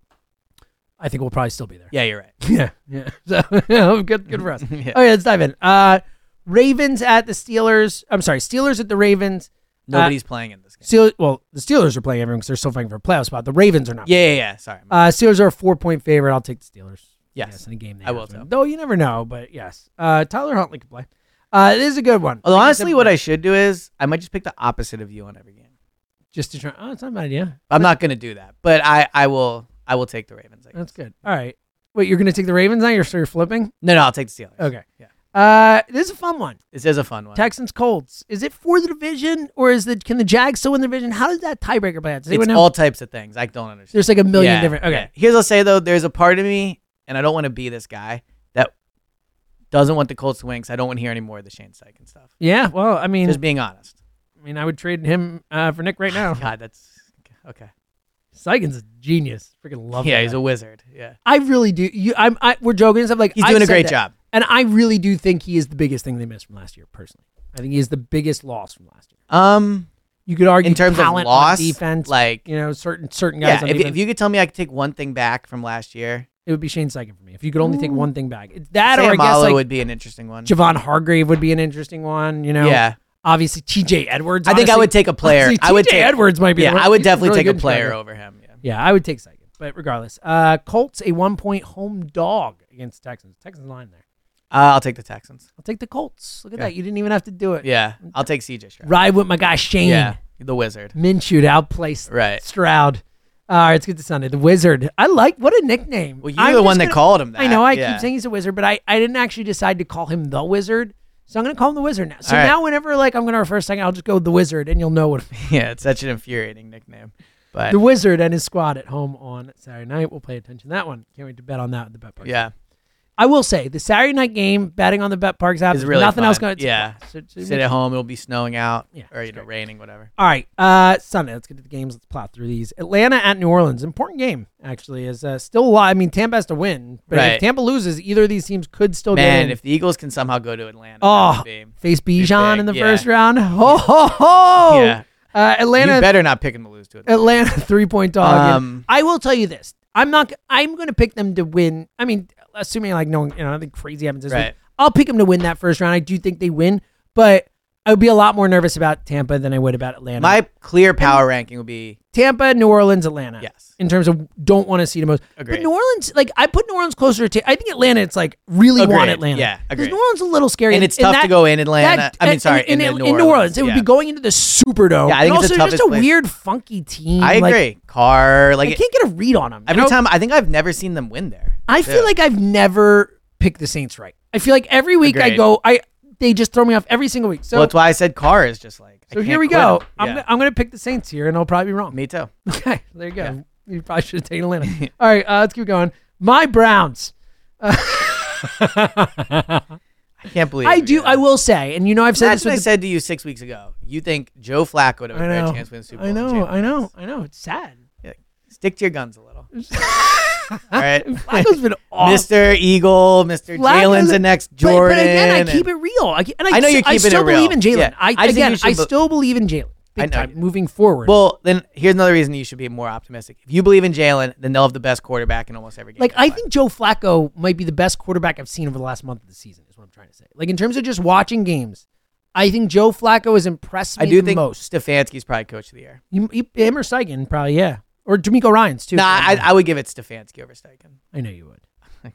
I think we'll probably still be there. Yeah, you're right. Yeah, yeah. So yeah, good, good for us. Yeah. Okay, let's dive in. Uh, Ravens at the Steelers. I'm sorry, Steelers at the Ravens. Nobody's playing in this game. Steel. Well, the Steelers are playing everyone because they're still fighting for a playoff spot. The Ravens are not. Yeah, yeah, yeah. Sorry. Uh, Steelers are a four point favorite. I'll take the Steelers. Yes. in a game. they I will have to win. too. Though you never know, but yes. Uh, Tyler Huntley can play. Uh, this is a good one. Although Like said honestly, what before, I should do is I might just pick the opposite of you on every game. just to try. Oh, it's not a bad idea. I'm not gonna do that, but I I will I will take the Ravens. I guess. That's good. All right. Wait, you're gonna take the Ravens now? You're so you're flipping? No, no, I'll take the Steelers. Okay. Yeah. Uh, this is a fun one. This is a fun one. Texans Colts. Is it for the division or is the can the Jags still win the division? How does that tiebreaker play out? Does anyone it's know? all types of things. I don't understand. There's like a million Yeah, different. yeah. Okay. Here's what I'll say though. There's a part of me, and I don't want to be this guy that doesn't want the Colts to win 'cause I don't want to hear any more of the Shane Steichen stuff. Yeah. well, I mean, Just being honest. I mean, I would trade him uh, for Nick right now. God, that's okay. Seigen's a genius. Freaking love. yeah, that he's guy. a wizard. Yeah. I really do. You, I'm. I, we're joking and stuff. Like He's I doing a said great that. job. and I really do think he is the biggest thing they missed from last year. Personally, I think he is the biggest loss from last year. Um, You could argue in terms of talent on loss, defense, like you know, certain certain guys. yeah, on if, defense, if you could tell me I could take one thing back from last year, it would be Shane Steichen for me. If you could only take one thing back, it's that or I Sam guess like would be an interesting one. Javon Hargrave would be an interesting one. You know, Yeah. Obviously, T.J. Edwards. I think I honestly- would take a player. honestly, I would T.J. take- Edwards might be. yeah, the one. I would He's definitely really take a good player defender. over him. Yeah. Yeah, I would take Seigen. But regardless, uh, Colts a one point home dog against Texans. Texans line there. Uh, I'll take the Texans. I'll take the Colts. Look at that. You didn't even have to do it. Yeah, I'll take CJ Stroud. Ride with my guy Shane. Yeah, the wizard. Minshew to outplay S- Right. Stroud. All right, let's get to Sunday. The Wizard. I like what a nickname. Well, you're the just one that called him I that. know. I Yeah. keep saying he's a wizard, but I, I didn't actually decide to call him the Wizard, so I'm gonna call him the Wizard now. So All right. now whenever like I'm gonna refer to something, I'll just go with the Wizard, and you'll know what Yeah, it's such an infuriating nickname. But the Wizard and his squad at home on Saturday night. We'll pay attention to that one. Can't wait to bet on that. At the bet park. yeah, I will say the Saturday night game betting on the Bet Parks app It's is really nothing else fun. going. to Yeah. sit at home. It'll be snowing out, Yeah, or it's you know, raining, whatever. All right, uh, Sunday. Let's get to the games. Let's plow through these. Atlanta at New Orleans. Important game, actually. Is uh, still a lot. I mean, Tampa has to win, but if Right. Tampa loses, either of these teams could still get Man, in. if the Eagles can somehow go to Atlanta, oh, that would be- face Bijan in the big, first yeah. round. Ho ho ho! Yeah. Uh, you Atlanta. better not pick them to lose to it. Atlanta three point dog. And Um, I will tell you this: I'm not. I'm going to pick them to win. I mean, assuming like no, one- you know, nothing crazy happens this week. Right. I'll pick them to win that first round. I do think they win, but I would be a lot more nervous about Tampa than I would about Atlanta. My clear power ranking would be Tampa, New Orleans, Atlanta. Yes. In terms of don't want to see the most. But Agreed. New Orleans, like I put New Orleans closer to. I think Atlanta. It's like really want Agreed. Atlanta. Yeah, Because agreed. New Orleans is a little scary, And it's tough to go in Atlanta- I mean, and- sorry, in, in the New New Orleans, Orleans, it would yeah. be going into the Superdome. Yeah, I think and it's the also just toughest a place. weird, funky team. I like, agree. Carr, like I can't get a read on them. every time I think I've never seen them win there. I feel Yeah. like I've never picked the Saints right. I feel like every week I Agreed. go, I they just throw me off every single week. So, well, that's why I said Carr is just like. I so here can't we quit go. him. I'm, Yeah. gonna, I'm going to pick the Saints here, and I'll probably be wrong. Me too. Okay, there you go. You probably should have taken Atlanta. All right, uh, let's keep going. My Browns. I can't believe I it, do. yeah. I will say, and you know, I've said That's this. With what I the- said to you six weeks ago. You think Joe Flacco would have I a better know. chance to win the Super Bowl? I than know. Jalen I know. Hurts. I know. It's sad. Yeah. Stick to your guns a little. All right. Flacco's been awful. Mr. Eagle, Mr. Flacco's- Jalen's the next but- Jordan. But, again, I and- keep it real. I, ke- and I, I know you're s- I keeping it still believe real. in Jalen. Yeah. I, I think again, you should I be- still believe in Jalen. I Big know time you do. moving forward. Well, then here's another reason you should be more optimistic. If you believe in Jalen, then they'll have the best quarterback in almost every game. Like they I play. think Joe Flacco might be the best quarterback I've seen over the last month of the season. Is what I'm trying to say. Like in terms of just watching games, I think Joe Flacco has impressed I me do the think most. Stefanski's probably coach of the year. He, he- him or Seigen, probably yeah, or D'Amico Ryan's too. Nah, I, I would give it Stefanski over Steichen. I know you would.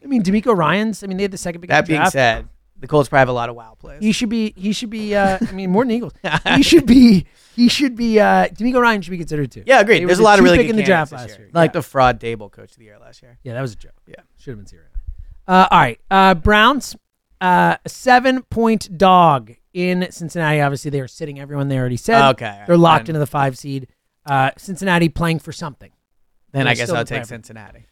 I mean D'Amico Ryan's. I mean they had the second biggest That being draft. said, the Colts probably have a lot of wow plays. he should be. He should be. Uh, I mean more than Eagles. He should be. He should be. Uh, D'Amico Ryan should be considered too. yeah, They agreed. were There's a the lot of two really pick good in the candidates draft this last year. year. Like Yeah. the fraud Dable coach of the year last year. Yeah, that was a joke. Yeah. should have been serious. Uh, all right, uh, Browns, uh, seven point dog in Cincinnati. Obviously, they are sitting everyone they already said. Okay, all right. They're locked Then- into the five seed. Uh, Cincinnati playing for something. Then They're I guess still I'll the take favorite. Cincinnati.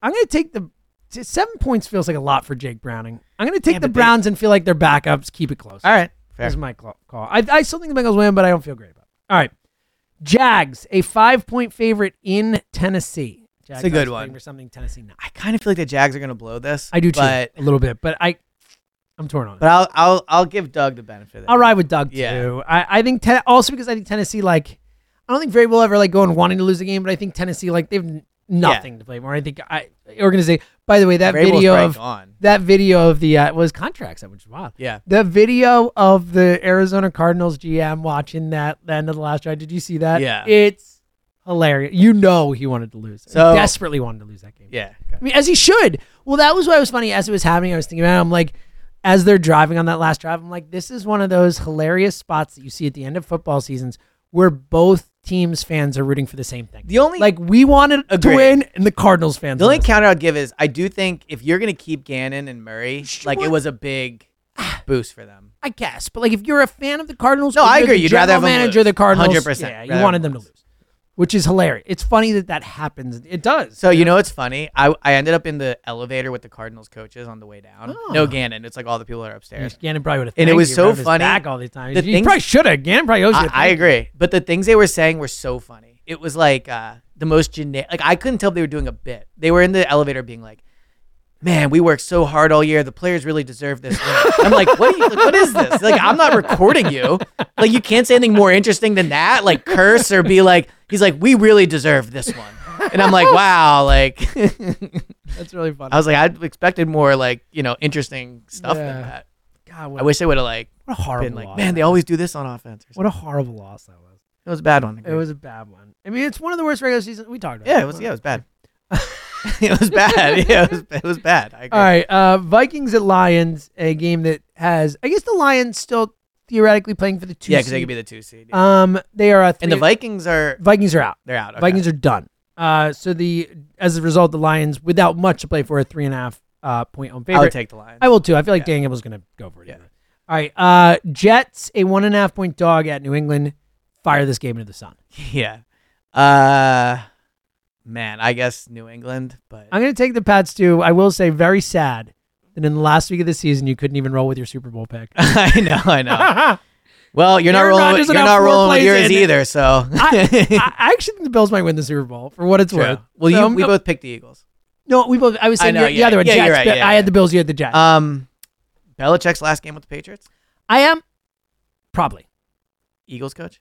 I'm going to take the t- seven points, feels like a lot for Jake Browning. I'm going to take Yeah, the but they- Browns and feel like they're backups. Keep it close. All right. Fair. This is my cla- call. I, I still think the Bengals win, but I don't feel great about it. All right. Jags, a five point favorite in Tennessee. Jags a good always one. playing For something Tennessee not. I kind of feel like the Jags are going to blow this. I do too. But, a little bit, but I, I'm torn on it. but I'll, I'll, I'll give Doug the benefit of the I'll ride with Doug Yeah. too. I, I think ten, also because I think Tennessee like I don't think very will ever like go and wanting to lose the game, but I think Tennessee like they've n- nothing to play more. I think I organization. By the way, that Vrabel's video probably of gone. that video of the uh, was contracts which is wild. Yeah. the video of the Arizona Cardinals GM watching that the end of the last drive. Did you see that? Yeah. it's hilarious. You know he wanted to lose. So- desperately wanted to lose that game. Yeah. I mean, as he should. Well, that was why it was funny. As it was happening, I was thinking about it. I'm like, as they're driving on that last drive, I'm like, this is one of those hilarious spots that you see at the end of football seasons where both teams' fans are rooting for the same thing. The only- like we wanted Agreed. to win, and the Cardinals fans. The only wanted to- counter I'd give is I do think if you're going to keep Gannon and Murray, like it Sure. was a big boost for them. I guess, but like if you're a fan of the Cardinals, No, or I you're agree. The You'd rather general have them manager of lose. the Cardinals. 100%. Yeah, Rather you wanted them them to lose. lose, which is hilarious. It's funny that that happens. It does. So you know what's funny? I, I ended up in the elevator with the Cardinals coaches on the way down. No Gannon. It's like all the people that are upstairs. Gannon probably would have. And it thanked was you so right off his funny. Back all the time. The he things- probably should have. Gannon probably owes you. a I, I thank you. agree. But the things they were saying were so funny. It was like uh, the most generic. Like I couldn't tell if they were doing a bit. They were in the elevator being like, "Man, we worked so hard all year. The players really deserve this." Win. I'm like, "What? Are you, like, what is this? Like, I'm not recording you. Like, you can't say anything more interesting than that. Like, curse or be like." He's like, "We really deserve this one." And I'm like, "Wow!" Like, That's really funny. I was like, I expected more like you know interesting stuff than Yeah. that. God, I wish they would have like What a horrible been like, loss. "Man, they always do this on offense." Or something. what a horrible loss that was. It was a bad one. It was a bad one. I mean, it's one of the worst regular seasons we talked about. Yeah, it was. Yeah, it was bad. it was bad. Yeah, it was. It was bad. I agree. All right, uh, Vikings at Lions, a game that has. I guess the Lions still theoretically playing for the two. Yeah, because they seed. could be the two seed. yeah. Um, they are a. Three, and the Vikings are Vikings are out. they're out. Okay. Vikings are done. Uh, so the as a result, the Lions, without much to play for, a three and a half uh, point home I favorite. would take the Lions. I will too. I feel like Dan Gamble's gonna go for it. Yeah. anyway. All right, uh, Jets, a one and a half point dog at New England. Fire this game into the sun. yeah. Uh, man, I guess New England, but I'm going to take the Pats too. I will say, very sad that in the last week of the season, you couldn't even roll with your Super Bowl pick. I know, I know. Well, you're not Aaron rolling. Rodgers You're without not four rolling with plays yours in. either. So I, I I actually think the Bills might win the Super Bowl for what it's True. worth. Well, So you, I'm- we I'm- both picked the Eagles. no, we both. I was I saying know, the, the yeah. other one. Yeah, you're Jets, right, but yeah, I had yeah. the Bills. You had the Jets. Um, Belichick's last game with the Patriots. I am probably. Eagles coach.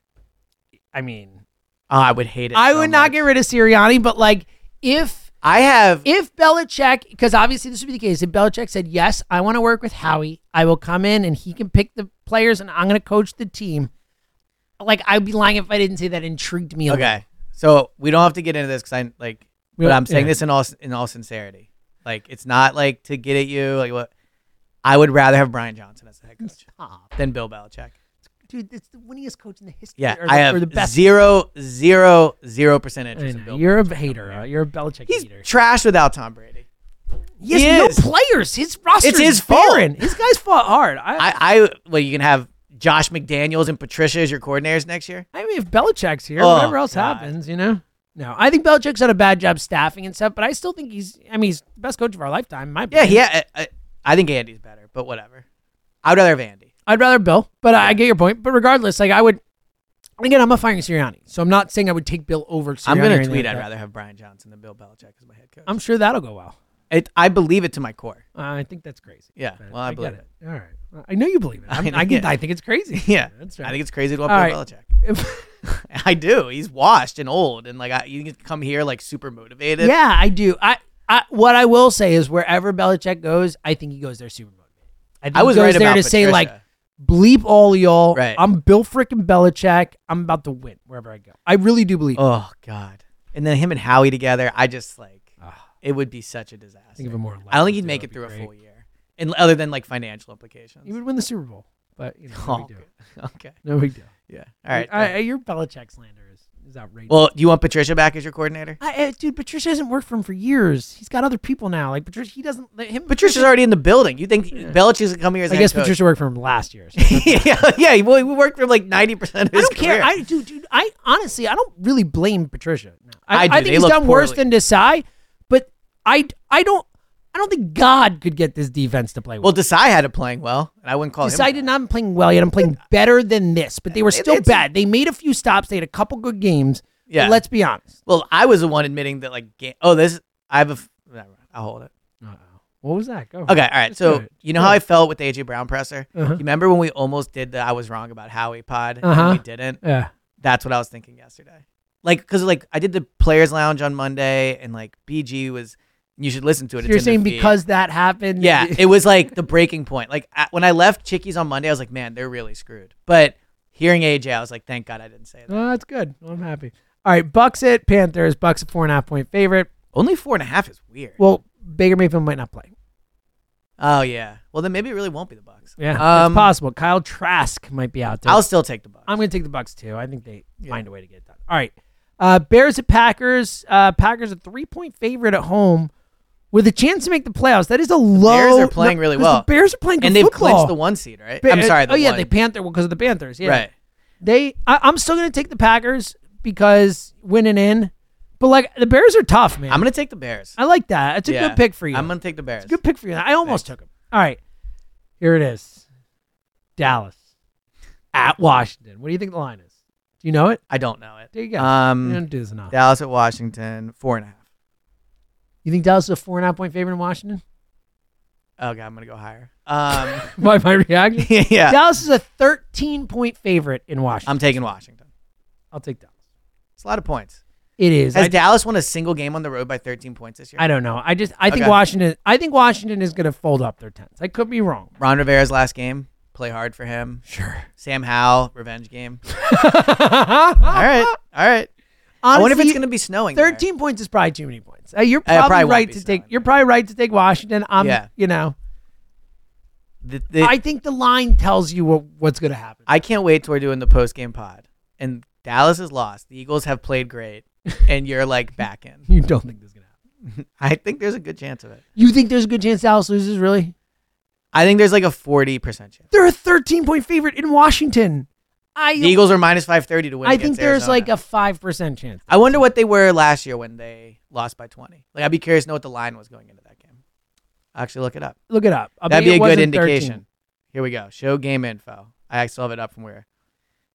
I mean, Oh, I would hate it. I so would not much. get rid of Sirianni, but like if I have. if Belichick, because obviously this would be the case, if Belichick said, Yes, I want to work with Howie, I will come in and he can pick the players and I'm going to coach the team. Like, I'd be lying if I didn't say that intrigued me. a little. Okay, so we don't have to get into this because I like, We but don't- I'm saying yeah. this in all in all sincerity. Like, it's not like to get at you. Like, what? I would rather have Brian Johnson as the head coach Stop. than Bill Belichick. Dude, it's the winningest coach in the history. Yeah, or the, I or have the best. zero, zero, zero percent I interest in know, Bill. You're Belichick a coming hater. here. uh, You're a Belichick He's hater. trash without Tom Brady. He has he no is. players. His roster It's is his fault. barren. This guy's fought hard. I, I, I, I well, you can have Josh McDaniels and Patricia as your coordinators next year. mean, if Belichick's here, Oh, whatever else God. happens, you know. No, I think Belichick's done a bad job staffing and stuff, but I still think he's. I mean, he's the best coach of our lifetime. In my Yeah, opinion. he. I, I, I think Andy's better, but whatever. I would rather have Andy. I'd rather Bill, but I I get your point. But regardless, like I would, again, I'm not firing Sirianni, so I'm not saying I would take Bill over. Sirianni I'm or gonna anything tweet. like I'd that. rather have Brian Johnson than Bill Belichick as my head coach. I'm sure that'll go well. It, I believe it to my core. Uh, I think that's crazy. Yeah, but well, I get believe it. All right, Well, I know you believe it. I I'm, I, know, get, yeah. I think it's crazy. Yeah, that's I right. think it's crazy to want All Bill right. Belichick. I do. He's washed and old, and like I, you can come here like super motivated. yeah, I do. I, I what I will say is wherever Belichick goes, I think he goes there super motivated. I, think I was he goes right there about to say Patricia. like, bleep all y'all. Right. I'm Bill freaking Belichick. I'm about to win wherever I go. I really do believe. Oh God! And then him and Howie together, I just like it would be such a disaster. Think of a more I don't Ah. think likely he'd duo, make it it'd be through a great. full year, and other than like financial implications. He would win the Super Bowl, but you know, no Oh, big deal. okay. No big deal. Yeah. All right. I, I, your Belichick slander is, is outrageous. Well, you want Patricia back as your coordinator? I, uh, dude, Patricia hasn't worked for him for years. He's got other people now. Like Patricia, he doesn't. like, Him, Patricia's already in the building. You think Belichick's gonna come here as I head guess coach. Patricia worked for him last year. so- yeah, yeah. He, well, he worked for like ninety percent of I his don't care. career. I do, dude. I honestly, I don't really blame Patricia. No. I, I I, do. think They he's look done worse poorly. than Desai, but I, I don't, I don't think God could get this defense to play well, well. Desai had it playing well, and I wouldn't call Desai him. did not playing well yet. I'm playing better than this, but they were still it's- bad. They made a few stops. They had a couple good games. but Yeah. let's be honest. Well, I was the one admitting that like game. Oh, this I have a. f- never mind. I'll hold it. What was that? Go. Okay, all right. do So it. you know how I felt with the AJ Brown presser? Uh-huh. You remember when we almost did the I was wrong about Howie pod Uh-huh. and we didn't? Yeah. That's what I was thinking yesterday. Like, cause like I did the players lounge on Monday, and like BG was. You should listen to it. It's So you're in the saying feed. because that happened? Yeah, it was like the breaking point. Like I, when I left Chickies on Monday, I was like, man, they're really screwed. But hearing AJ, I was like, thank God I didn't say that. No, Oh, that's good. Well, I'm happy. All right, Bucks at Panthers. Bucks a four and a half point favorite. Only four and a half is weird. Well, Baker Mayfield might not play. oh yeah. Well then maybe it really won't be the Bucks. Yeah, Um, it's possible. Kyle Trask might be out there. I'll still take the Bucks. I'm going to take the Bucks too. I think they find a way to get it done. All right, uh, Bears at Packers. Uh, Packers a three point favorite at home with a chance to make the playoffs. That is a low. are playing no, really 'cause well. The Bears are playing good and they've football. clinched the one seed, right? I'm Ba- sorry. The oh yeah, one. the Panther because of the Panthers. Yeah, Right. They. I, I'm still going to take the Packers because winning in, but like the Bears are tough, man. I'm gonna take the Bears. I like that. It's a Yeah. good pick for you. I'm gonna take the Bears. It's a good pick for you. I almost took him. All right. Here it is. Dallas at Washington. What do you think the line is? Do you know it? I don't know it. There you go. Um, you don't do this enough. Dallas at Washington, four and a half. you think Dallas is a four and a half point favorite in Washington? Oh god, I'm gonna go higher. Um, By my reaction? yeah. Um, Dallas is a 13 point favorite in Washington. I'm taking Washington. I'll take Dallas. It's a lot of points. It is. Has I, Dallas won a single game on the road by 13 points this year? I don't know. I just I think Okay. Washington I think Washington is going to fold up their tents. I could be wrong. Ron Rivera's last game. Play hard for him. Sure. Sam Howell, revenge game. all right. All right. I wonder if it's Honestly, going to be snowing. there. 13 points is probably too many points. Uh, Uh, you're it probably, probably won't right be to so take many. you're probably right to take Washington. I'm Yeah. you know. The- the- I I, think the line tells you what, what's going to happen. can't wait till we're doing the post game pod. And Dallas is lost. The Eagles have played great. and you're like back in. you don't think this is going to happen. I think there's a good chance of it. You think there's a good chance Dallas loses, really? I think there's like a 40% chance. They're a 13 point favorite in Washington. I The Eagles are minus 530 to win. I think against there's Arizona. like a 5% chance. I wonder what they were last year when they lost by 20. Like, I'd be curious to know what the line was going into that game. I'll actually look it up. Look it up. I That'd bet be it a good wasn't 13. indication. Here we go. Show game info. I still have it up from where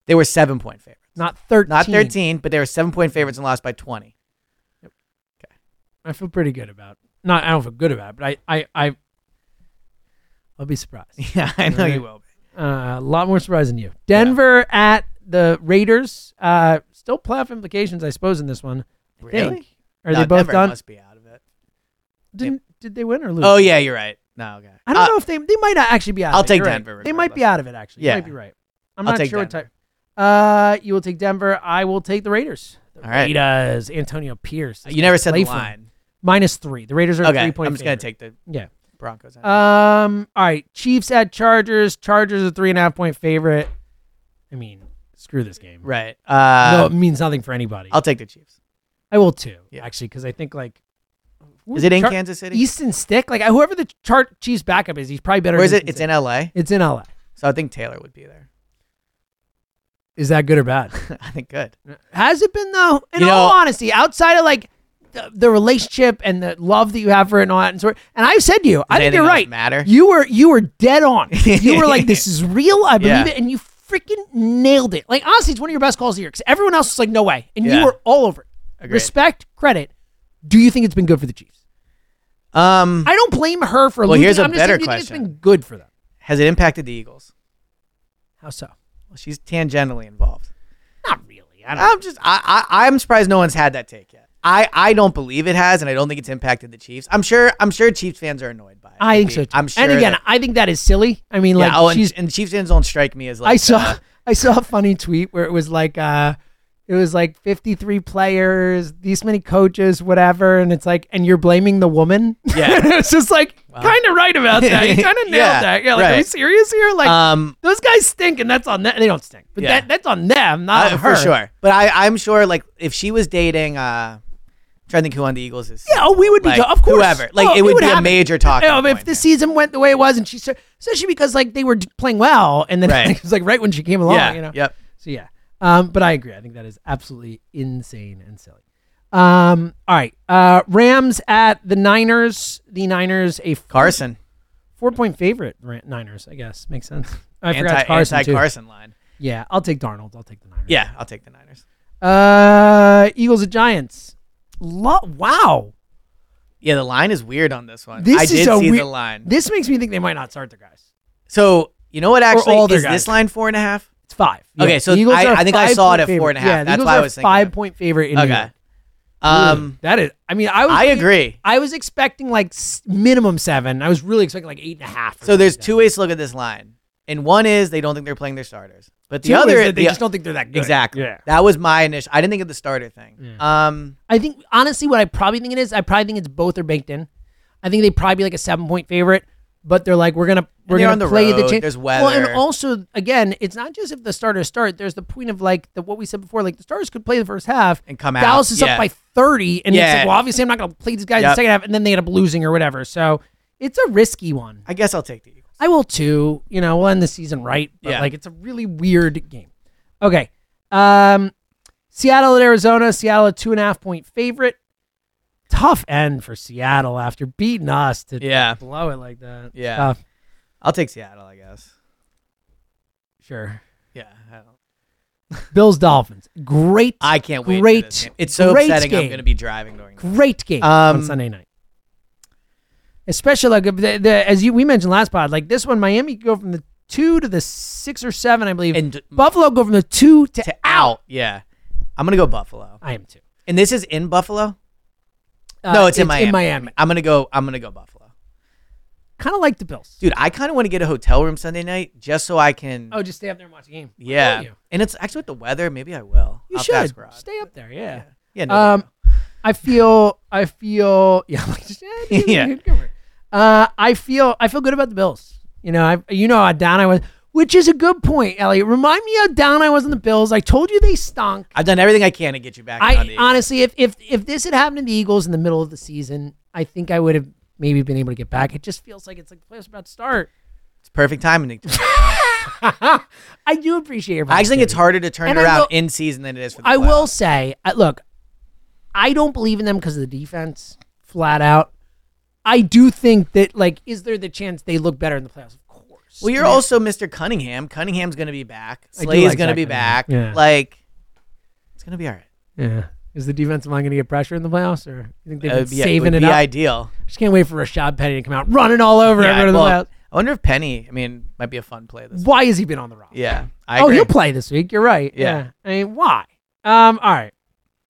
they were seven point favorites. Not 13. Not 13, but they were seven point favorites and lost by 20. I feel pretty good about. Not I don't feel good about, it, but I I I I'll be surprised. Yeah, I know you will. Uh, a lot more surprise than you. Denver at the Raiders. Uh, still playoff implications, I suppose, in this one. I Really? think. Are No, they both Denver done? must be out of it. Didn't did they win or lose? Oh, yeah, you're right. No, okay. I don't Uh, know if they they might not actually be out. I'll of it. take You're right. Denver They might be regardless. out of it. Actually, you Yeah. might be right. I'm I'll not take sure what Denver. type. Uh, you will take Denver. I will take the Raiders. The All right. Raiders. Antonio Pierce. You never said Play the for him. line. Minus three. The Raiders are Okay, three I'm point. just going to take the Yeah. Broncos. out. Um. All right. Chiefs at Chargers. Chargers a three and a half point favorite. I mean, screw this game. right. Uh, no, it means nothing for anybody. I'll take the Chiefs. I will too, Yeah. actually, because I think like who Is it in Char- Kansas City? Easton Stick, like whoever the chart Chiefs backup is, he's probably better. Where is than it? Easton It's in LA. Stick. It's in LA. So I think Taylor would be there. Is that good or bad? I think good. Has it been though? In You all know- honesty, outside of like the, the relationship and the love that you have for it and all that, and, sort and I've said to you, I think anything you're else right. matter? You were you were dead on. You were like, this is real. I believe Yeah. it, and you freaking nailed it. Like honestly, it's one of your best calls of the year because everyone else was like, no way, and you Yeah. were all over it. Agreed. Respect, credit. Do you think it's been good for the Chiefs? Um, I don't blame her for Well, losing. here's a I'm just saying, better do you think It's question. been good for them. has it impacted the Eagles? How so? Well, she's tangentially involved. Not really. I don't. I'm just I, I I'm surprised no one's had that take yet. I I don't believe it has, and I don't think it's impacted the Chiefs. I'm sure I'm sure Chiefs fans are annoyed by it. I think so. Too. I'm sure. And again, that- I think that is silly. I mean, yeah, like oh, and, she's and Chiefs fans don't strike me as like I saw uh, I saw a funny tweet where it was like uh It was like 53 players, these many coaches, whatever. And it's like, and you're blaming the woman. Yeah. it's just like kind of right about that. You kind of nailed Yeah, that. Yeah. Like, are you right. serious here? Like, Um, those guys stink, and that's on them. They don't stink, but Yeah. that, that's on them, not I- on her. for sure. But I, I'm sure, like, if she was dating, uh, trying to think who on the Eagles is. Yeah, oh, we would be, Like, of course. whoever. Like, Oh, it would be a happen. major talking Yeah, Oh, if point the there. season went the way it was, and she, cer- especially because like they were d- playing well, and then Right. it was like right when she came along, Yeah. you know. Yep. So yeah, um, but I agree. I think that is absolutely insane and silly. Um, all right, uh, Rams at the Niners. The Niners a four- Carson. four point favorite. Ra- Niners, I guess makes sense. I forgot Anti it's Carson anti too. Carson line. Yeah, I'll take Darnold. I'll take the Niners. Yeah, I'll take the Niners. Uh, Eagles at Giants. Lo- wow. Yeah, the line is weird on this one. This I is did a see weir- the line. This makes me think they might not start their guys. So you know what? Actually, all their is guys. this line four and a half? It's five. Okay, Yeah. so The Eagles I- are a I think I saw it five-point at four and a half. favorite. Yeah, the That's Eagles why I are a was thinking five of it. point favorite in New Okay. York. Um, that is. I mean, I was. I agree. I was expecting like s- minimum seven. I was really expecting like eight and a half. or so there's something two ways to look at this line, and one is they don't think they're playing their starters, but the like that. Two other is that they the- just don't think they're that good. exactly. Yeah. That was my initial. I didn't think of the starter thing. Um, I think honestly, what I probably think it is, I probably think it's both are baked in. I think they probably be like a seven point favorite, but they're like we're gonna we're they're gonna on the play the road, chan- there's Well, and weather. also again, it's not just if the starters start. There's the point of like the what we said before, like the starters could play the first half And come out, Dallas is up yeah. by thirty, and it's Yeah. like well, obviously I'm not gonna play these guys in the Yep. second half, and then they end up losing or whatever. So it's a risky one. I guess I'll take the Eagles. I will too. You know, we'll end the season right. But Yeah. like it's a really weird game. Okay. Um Seattle at Arizona, Seattle a two and a half point favorite. Tough end for Seattle after beating us to Yeah. blow it like that. Yeah. Tough. I'll take Seattle. I guess. Sure. Yeah. I, don't- Bills Dolphins. Great I can't wait. for Great- this game. It's so great upsetting. game. I'm going to be driving during. this. great game on Um, Sunday night. Especially like the, the, as you we mentioned last pod, like this one, Miami could go from the two to the six or seven, I believe. And- Buffalo go from the two to, To out. Yeah. I'm going to go Buffalo. I am too. And this is in Buffalo. Uh, no, it's, in Miami. In Miami. I'm going to go. I'm going to go Buffalo. Kind of like the Bills. Dude, I kind of want to get a hotel room Sunday night just so I can. Oh, just stay up there and watch the game. Why yeah. don't You, And it's actually with the weather, maybe I will. I'll have You to should ask Rod. stay up there. Yeah. Yeah. No, Um, I feel. I feel. Yeah. I'm like, just, yeah. dude, Yeah. dude, come here. Uh, I feel. I feel good about the Bills. You know. I. You know how down I was. Which is a good point, Elliot. Remind me how down I was on the Bills. I told you they stunk. I've done everything I can to get you back. on the I Eagles. honestly, if if if this had happened to the Eagles in the middle of the season, I think I would have maybe been able to get back. It just feels like it's like the playoffs are about to start. it's perfect timing. to- I do appreciate your. I actually think it's positivity. harder to turn And it I around will- in season than it is for the I playoffs. will say, I, look, I don't believe in them because of the defense, flat out. I do think that, like, is there the chance they look better in the playoffs? Of course. Well, you're And also Mr. Cunningham. Cunningham's going to be back. I do Slay's like going to Zach be Cunningham. back. Yeah. Like, it's going to be all right. they- Yeah. Is the defense line going to get pressure in the playoffs, or you think they've That been would be, Uh, saving would it be up? ideal. Just can't wait for Rashad Penny to come out running all over Yeah, everyone in well, the I wonder if Penny. I mean, might be a fun play this. playoffs. Why has he been on the roster? Yeah. I Oh, agree. he'll play this week. You're right. Yeah. I mean, why? Um. All right.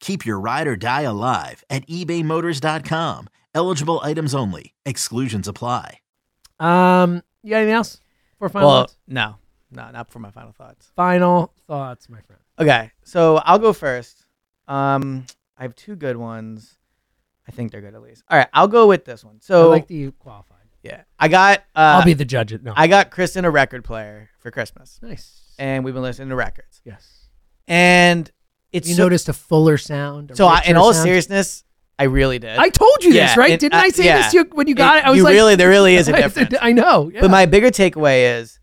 Keep your ride or die alive at ebaymotors.com. Eligible items only. Exclusions apply. Um. You got anything else? For final Well, thoughts. no, no, not for my final thoughts. Final thoughts, my friend. Okay, so I'll go first. Um, I have two good ones. I think they're good at least. All right, I'll go with this one. I So like that you qualified. yeah, I got uh, I'll be the judge. At, no. I got Kristen a record player for Christmas, nice. and we've been listening to records. yes. And it's You so, noticed a fuller sound. a so I, richer in all sound? seriousness, I really did. I told you this, Yeah, right? and Didn't I say yeah. this to you when you got it? I was you like, really, there really is a I difference. said- I know. yeah. But my bigger takeaway is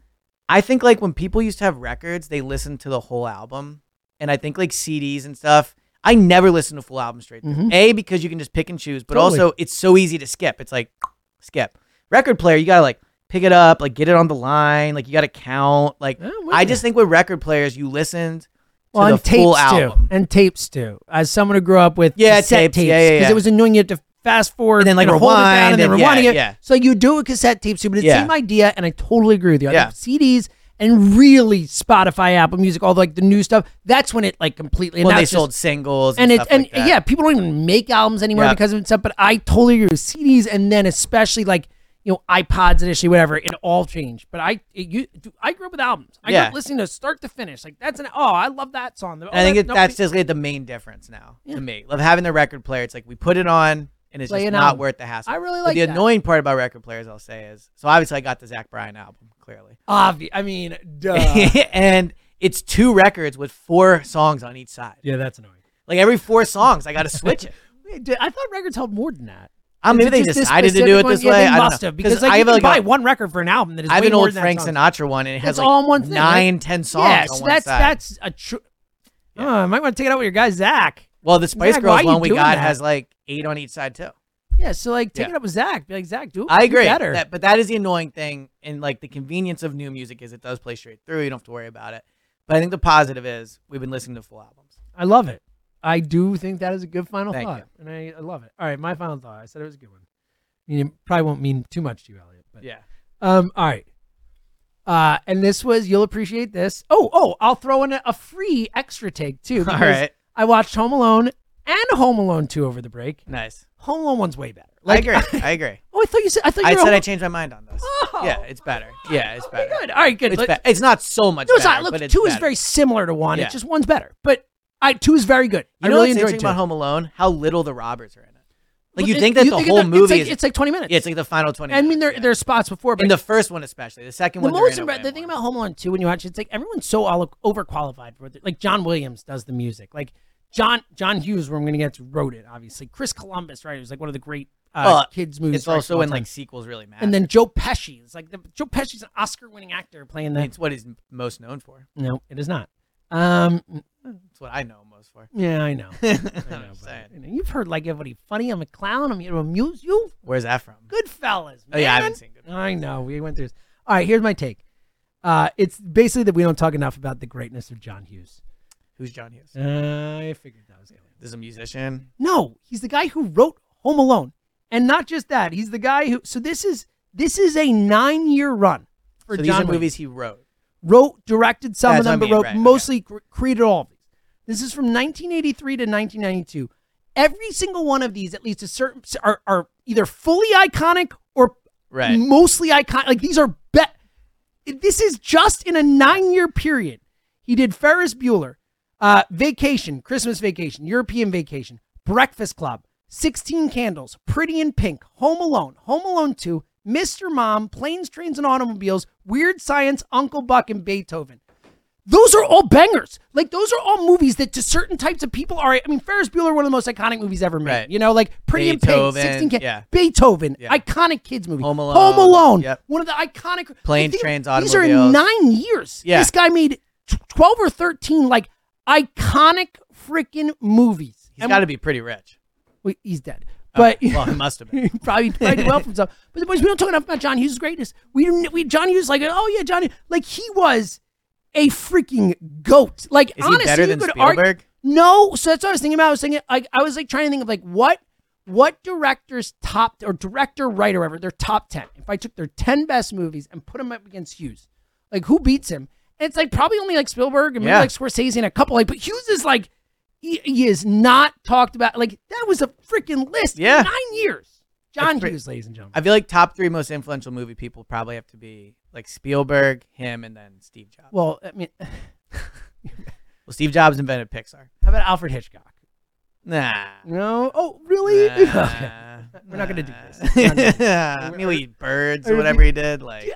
I think like when people used to have records, they listened to the whole album. And I think like CDs and stuff, I never listen to full album straight through. Mm-hmm. Mhm. A because you can just pick and choose, but Totally. also it's so easy to skip. It's like skip. Record player, you gotta like pick it up, like get it on the line, like you gotta count. Like with I just think with record players, you listened to Well, the and tapes full too, album. and tapes too. As someone who grew up with Yeah, cassette tapes, yeah, yeah, because yeah. it was annoying you had to fast forward And then, like, you know, hold it down rewind and then and- yeah, rewinding it. yeah. So you do a cassette tape too, but it's the Yeah. same idea, and I totally agree with you. I Yeah. think CDs and really Spotify, Apple Music, all the, like the new stuff. That's when it like completely. and When now they it's just- sold singles and, and it's stuff and like that. yeah, people don't even make albums anymore Yeah. because of it and stuff. But I totally agree with CDs, and then especially like you know iPods initially, whatever. It all changed. But I it, you dude, I grew up with albums. I grew Yeah. up listening to start to finish. Like that's an oh, I love that song. Oh, And I think that- it, no, that's but- just like the main difference now to me of having the record player. It's like we put it on and it's Play just an not album. worth the hassle. I really But like the that. annoying part about record players. I'll say is so obviously I got the Zach Bryan album clearly, Obvi- I mean, duh. and it's two records with four songs on each side. yeah, that's annoying. Like every four songs, I got to switch it. Wait, did- I thought records held more than that. Um, Is maybe it they just this decided to do specific it one? this Yeah, way. They I don't must know. have because 'Cause like I you have can like buy a- one record for an album that is I have way an more old than Frank that song. Sinatra one, and it has It's like all in one thing, right? nine, ten songs Yes, on one that's side. that's a true. Oh, I might want to take it out with your guy Zach. well, the Spice Zach, why Girls you one we doing got that? has like eight on each side too. Yeah, so like take Yeah. it up with Zach. Be like Zach, do I do agree. better. That, but that is the annoying thing, and like the convenience of new music is it does play straight through. You don't have to worry about it. But I think the positive is we've been listening to full albums. I love it. I do think that is a good final Thank thought, and I, I love it. All right, my final thought. I said it was a good one. I mean, it probably won't mean too much to you, Elliot. But Yeah. Um, all right. Uh, and this was you'll appreciate this. Oh, oh, I'll throw in a, a free extra take too. All because right. I watched Home Alone and Home Alone two over the break. Nice. Home Alone one's way better. I agree. I agree. Oh, I thought you said I thought you I were said a I Home- changed my mind on this. Oh. Yeah, it's better. Yeah, it's better. good. All right, good. It's, Let- be- it's not so much. No, it's better, not. Look, but it's two is better. very similar to one. Yeah. It's just one's better. But I two is very good. You I know really what's enjoyed interesting two. about Home Alone? How little the robbers are in it. Like Well, you it- think that the think whole it's like- movie It's is like, twenty minutes. yeah, it's like the final twenty. I mean, there minutes, there's spots before, yeah. but in the first one especially. The second the one, most they're in it impressive way the thing about Home Alone two when you watch it, it's like everyone's so all overqualified for it. Like John Williams does the music. Like John John Hughes, where I'm going to get to, wrote it. Obviously, Chris Columbus, right? It was like one of the great uh, Well, kids movies. It's right, of also all when time. like sequels really matter. and then Joe Pesci. It's like the, Joe Pesci's an Oscar-winning actor playing that. it's what he's most known for. No, it is not. Um, It's what I know him most for. yeah, I know. I'm I know, just but, saying. you know, you've heard like everybody funny. I'm a clown. I'm here to amuse you. Where's that from? Good fellas. Oh, yeah, I haven't seen Goodfellas. I know. We went through this. All right, here's my take. Uh, it's basically that we don't talk enough about the greatness of John Hughes. Who's John Hughes? I figured that was it. This is a musician. No, he's the guy who wrote Home Alone, and not just that. He's the guy who. So this is this is a nine-year run for so these John. are Williams. movies he wrote. Wrote, directed some Yeah, of that's what I them, but mean, wrote right, okay. mostly cre- created all of these. This is from 1983 to 1992. Every single one of these, at least a certain, are, are either fully iconic or Right. mostly iconic. Like these are bet. This is just in a nine-year period. He did Ferris Bueller, uh, Vacation, Christmas Vacation, European Vacation, Breakfast Club, 16 Candles, Pretty in Pink, Home Alone, Home Alone 2, Mr. Mom, Planes, Trains, and Automobiles, Weird Science, Uncle Buck, and Beethoven. Those are all bangers. Like those are all movies that to certain types of people are. I mean, Ferris Bueller, one of the most iconic movies ever made. Right. You know, like Pretty in Pink, Beethoven, 16 Candles, yeah. Beethoven, Yeah. iconic kids movie. Home Alone, Home Alone, yep. one of the iconic. like, Planes, think Trains, of- These are in Automobiles. nine years. Yeah. This guy made tw- twelve or thirteen like iconic freaking movies. He's got to be pretty rich. Well, he's dead. Okay, But Oh, well, he must have been. he probably probably did well for himself. But the boys, we don't talk enough about John Hughes' greatness. We don't. We John Hughes like oh yeah John Hughes. like he was a freaking goat. Like Is honestly, he better you than could Spielberg? argue- no, so that's what I was thinking about. I was thinking like I was like trying to think of like what what directors top or director writer ever their top ten. If I took their ten best movies and put them up against Hughes, like who beats him? And it's like probably only like Spielberg and maybe Yeah. like Scorsese and a couple. Like, but Hughes is like he, he is not talked about. Like that was a freaking list. in Yeah. nine years. John That's pretty- Hughes, ladies and gentlemen. I feel like top three most influential movie people probably have to be like Spielberg, him, and then Steve Jobs. Well, well, I mean, how Steve Jobs invented Pixar. about Alfred Hitchcock? Nah. No. Oh, really? Nah. Okay. We're not gonna do this. We're not gonna do I mean, we eat birds or whatever he did. Like,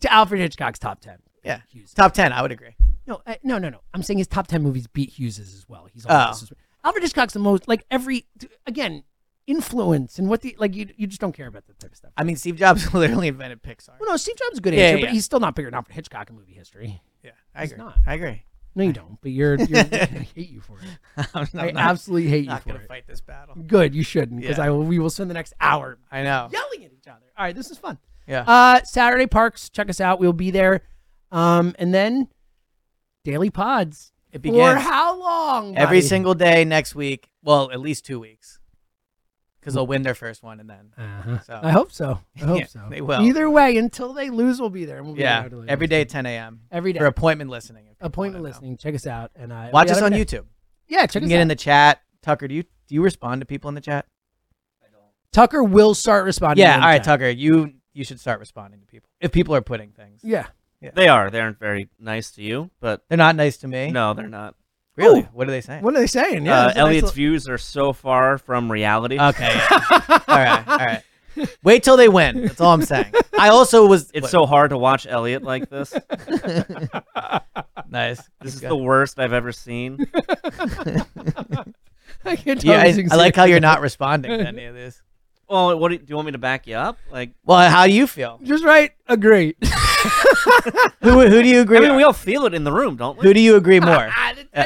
To Alfred Hitchcock's top ten. yeah, Hughes. top ten. I would agree. No, uh, no, no, no. I'm saying his top ten movies beat Hughes's as well. He's Oh. all this is- Alfred Hitchcock's the most like every again influence and what the like you you just don't care about that type of stuff. I mean, Steve Jobs literally invented Pixar. Well, no, Steve Jobs is a good Yeah, answer, yeah, but yeah. he's still not bigger than Alfred Hitchcock in movie history. Yeah, I He's agree. not. I agree. No, you don't. But you're, you're I hate you for it. I'm not- I I'm not- absolutely hate you not for gonna it. fight this battle. Good, you shouldn't, because Yeah. I will. We will spend the next hour. I know. Yelling at each other. All right, this is fun. Yeah. Uh, Saturday parks. Check us out. We'll be there. Um, and then daily pods. It For begins. how long? Every buddy? single day next week. Well, at least two weeks. Because they'll win their first one and then. Uh-huh. So. I hope so. I hope Yeah, so. They will. Either way, until they lose, we'll be there. and We'll be yeah. there till they Every lose. day at 10 a.m. Every day. For appointment listening. if people Appointment wanna know. listening. Check us out and uh, Watch yeah, us every on day. YouTube. Yeah, you check can us get out. in the chat. Tucker, do you do you respond to people in the chat? Tucker will start responding. yeah. in All the right, chat. Tucker, you you should start responding to people if people are putting things. Yeah. They are. They aren't very nice to you, but They're not nice to me. No, they're not. Really? what are they saying? What are they saying? Yeah, uh, that's a nice Elliot's little- views are so far from reality. Okay. all right. All right. Wait till they win. That's all I'm saying. I also was. It's so hard to watch Elliot like this. nice. This is Good. the worst I've ever seen. I can't Yeah, tell I, these things I like how here. you're not responding to any of this. Well, what do you, do you want me to back you up? Like, Well, how do you feel? Just right. Agree. Who who do you agree? I mean, we all feel it in the room, don't we? who do you agree more? Uh,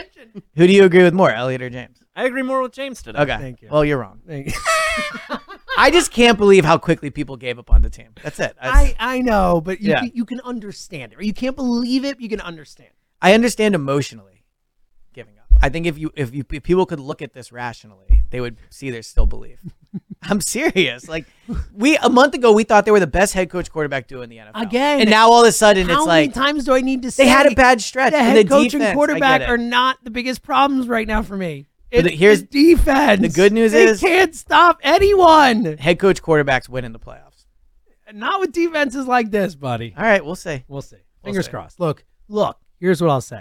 who do you agree with more, Elliot or James? I agree more with James today. Okay. Thank you. Well, you're wrong. Thank you. I just can't believe how quickly people gave up on the team. That's it. I, I, I know, but you, Yeah. can, you can understand it. Or you can't believe it, but you can understand. I understand emotionally giving up. I think if you if you if people could look at this rationally, they would see there's still belief. I'm serious. Like we a month ago we thought they were the best head coach quarterback duo in the NFL. Again. And now all of a sudden how it's many like times do I need to say they had a bad stretch. The and head the coach defense, I and get quarterback it. are not the biggest problems right now for me. But It's the- here's- the defense. the good news They is- can't stop anyone. head coach quarterbacks win in the playoffs. Not with defenses like this, buddy. All right, we'll see. We'll see. Fingers see. crossed. Look, look. Here's what I'll say.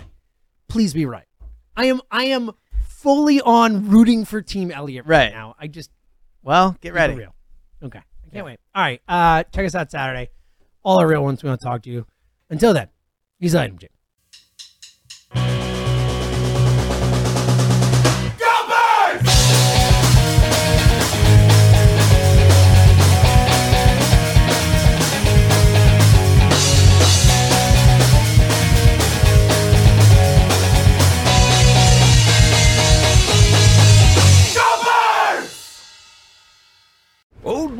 Please be right. I am. I am fully on rooting for Team Elliott right, Right. now. I just Well, get keep it ready. real. Okay. I can't wait. All right. Uh, check us out Saturday. All our real ones. We want to talk to you. Until then, he's item Jim. Old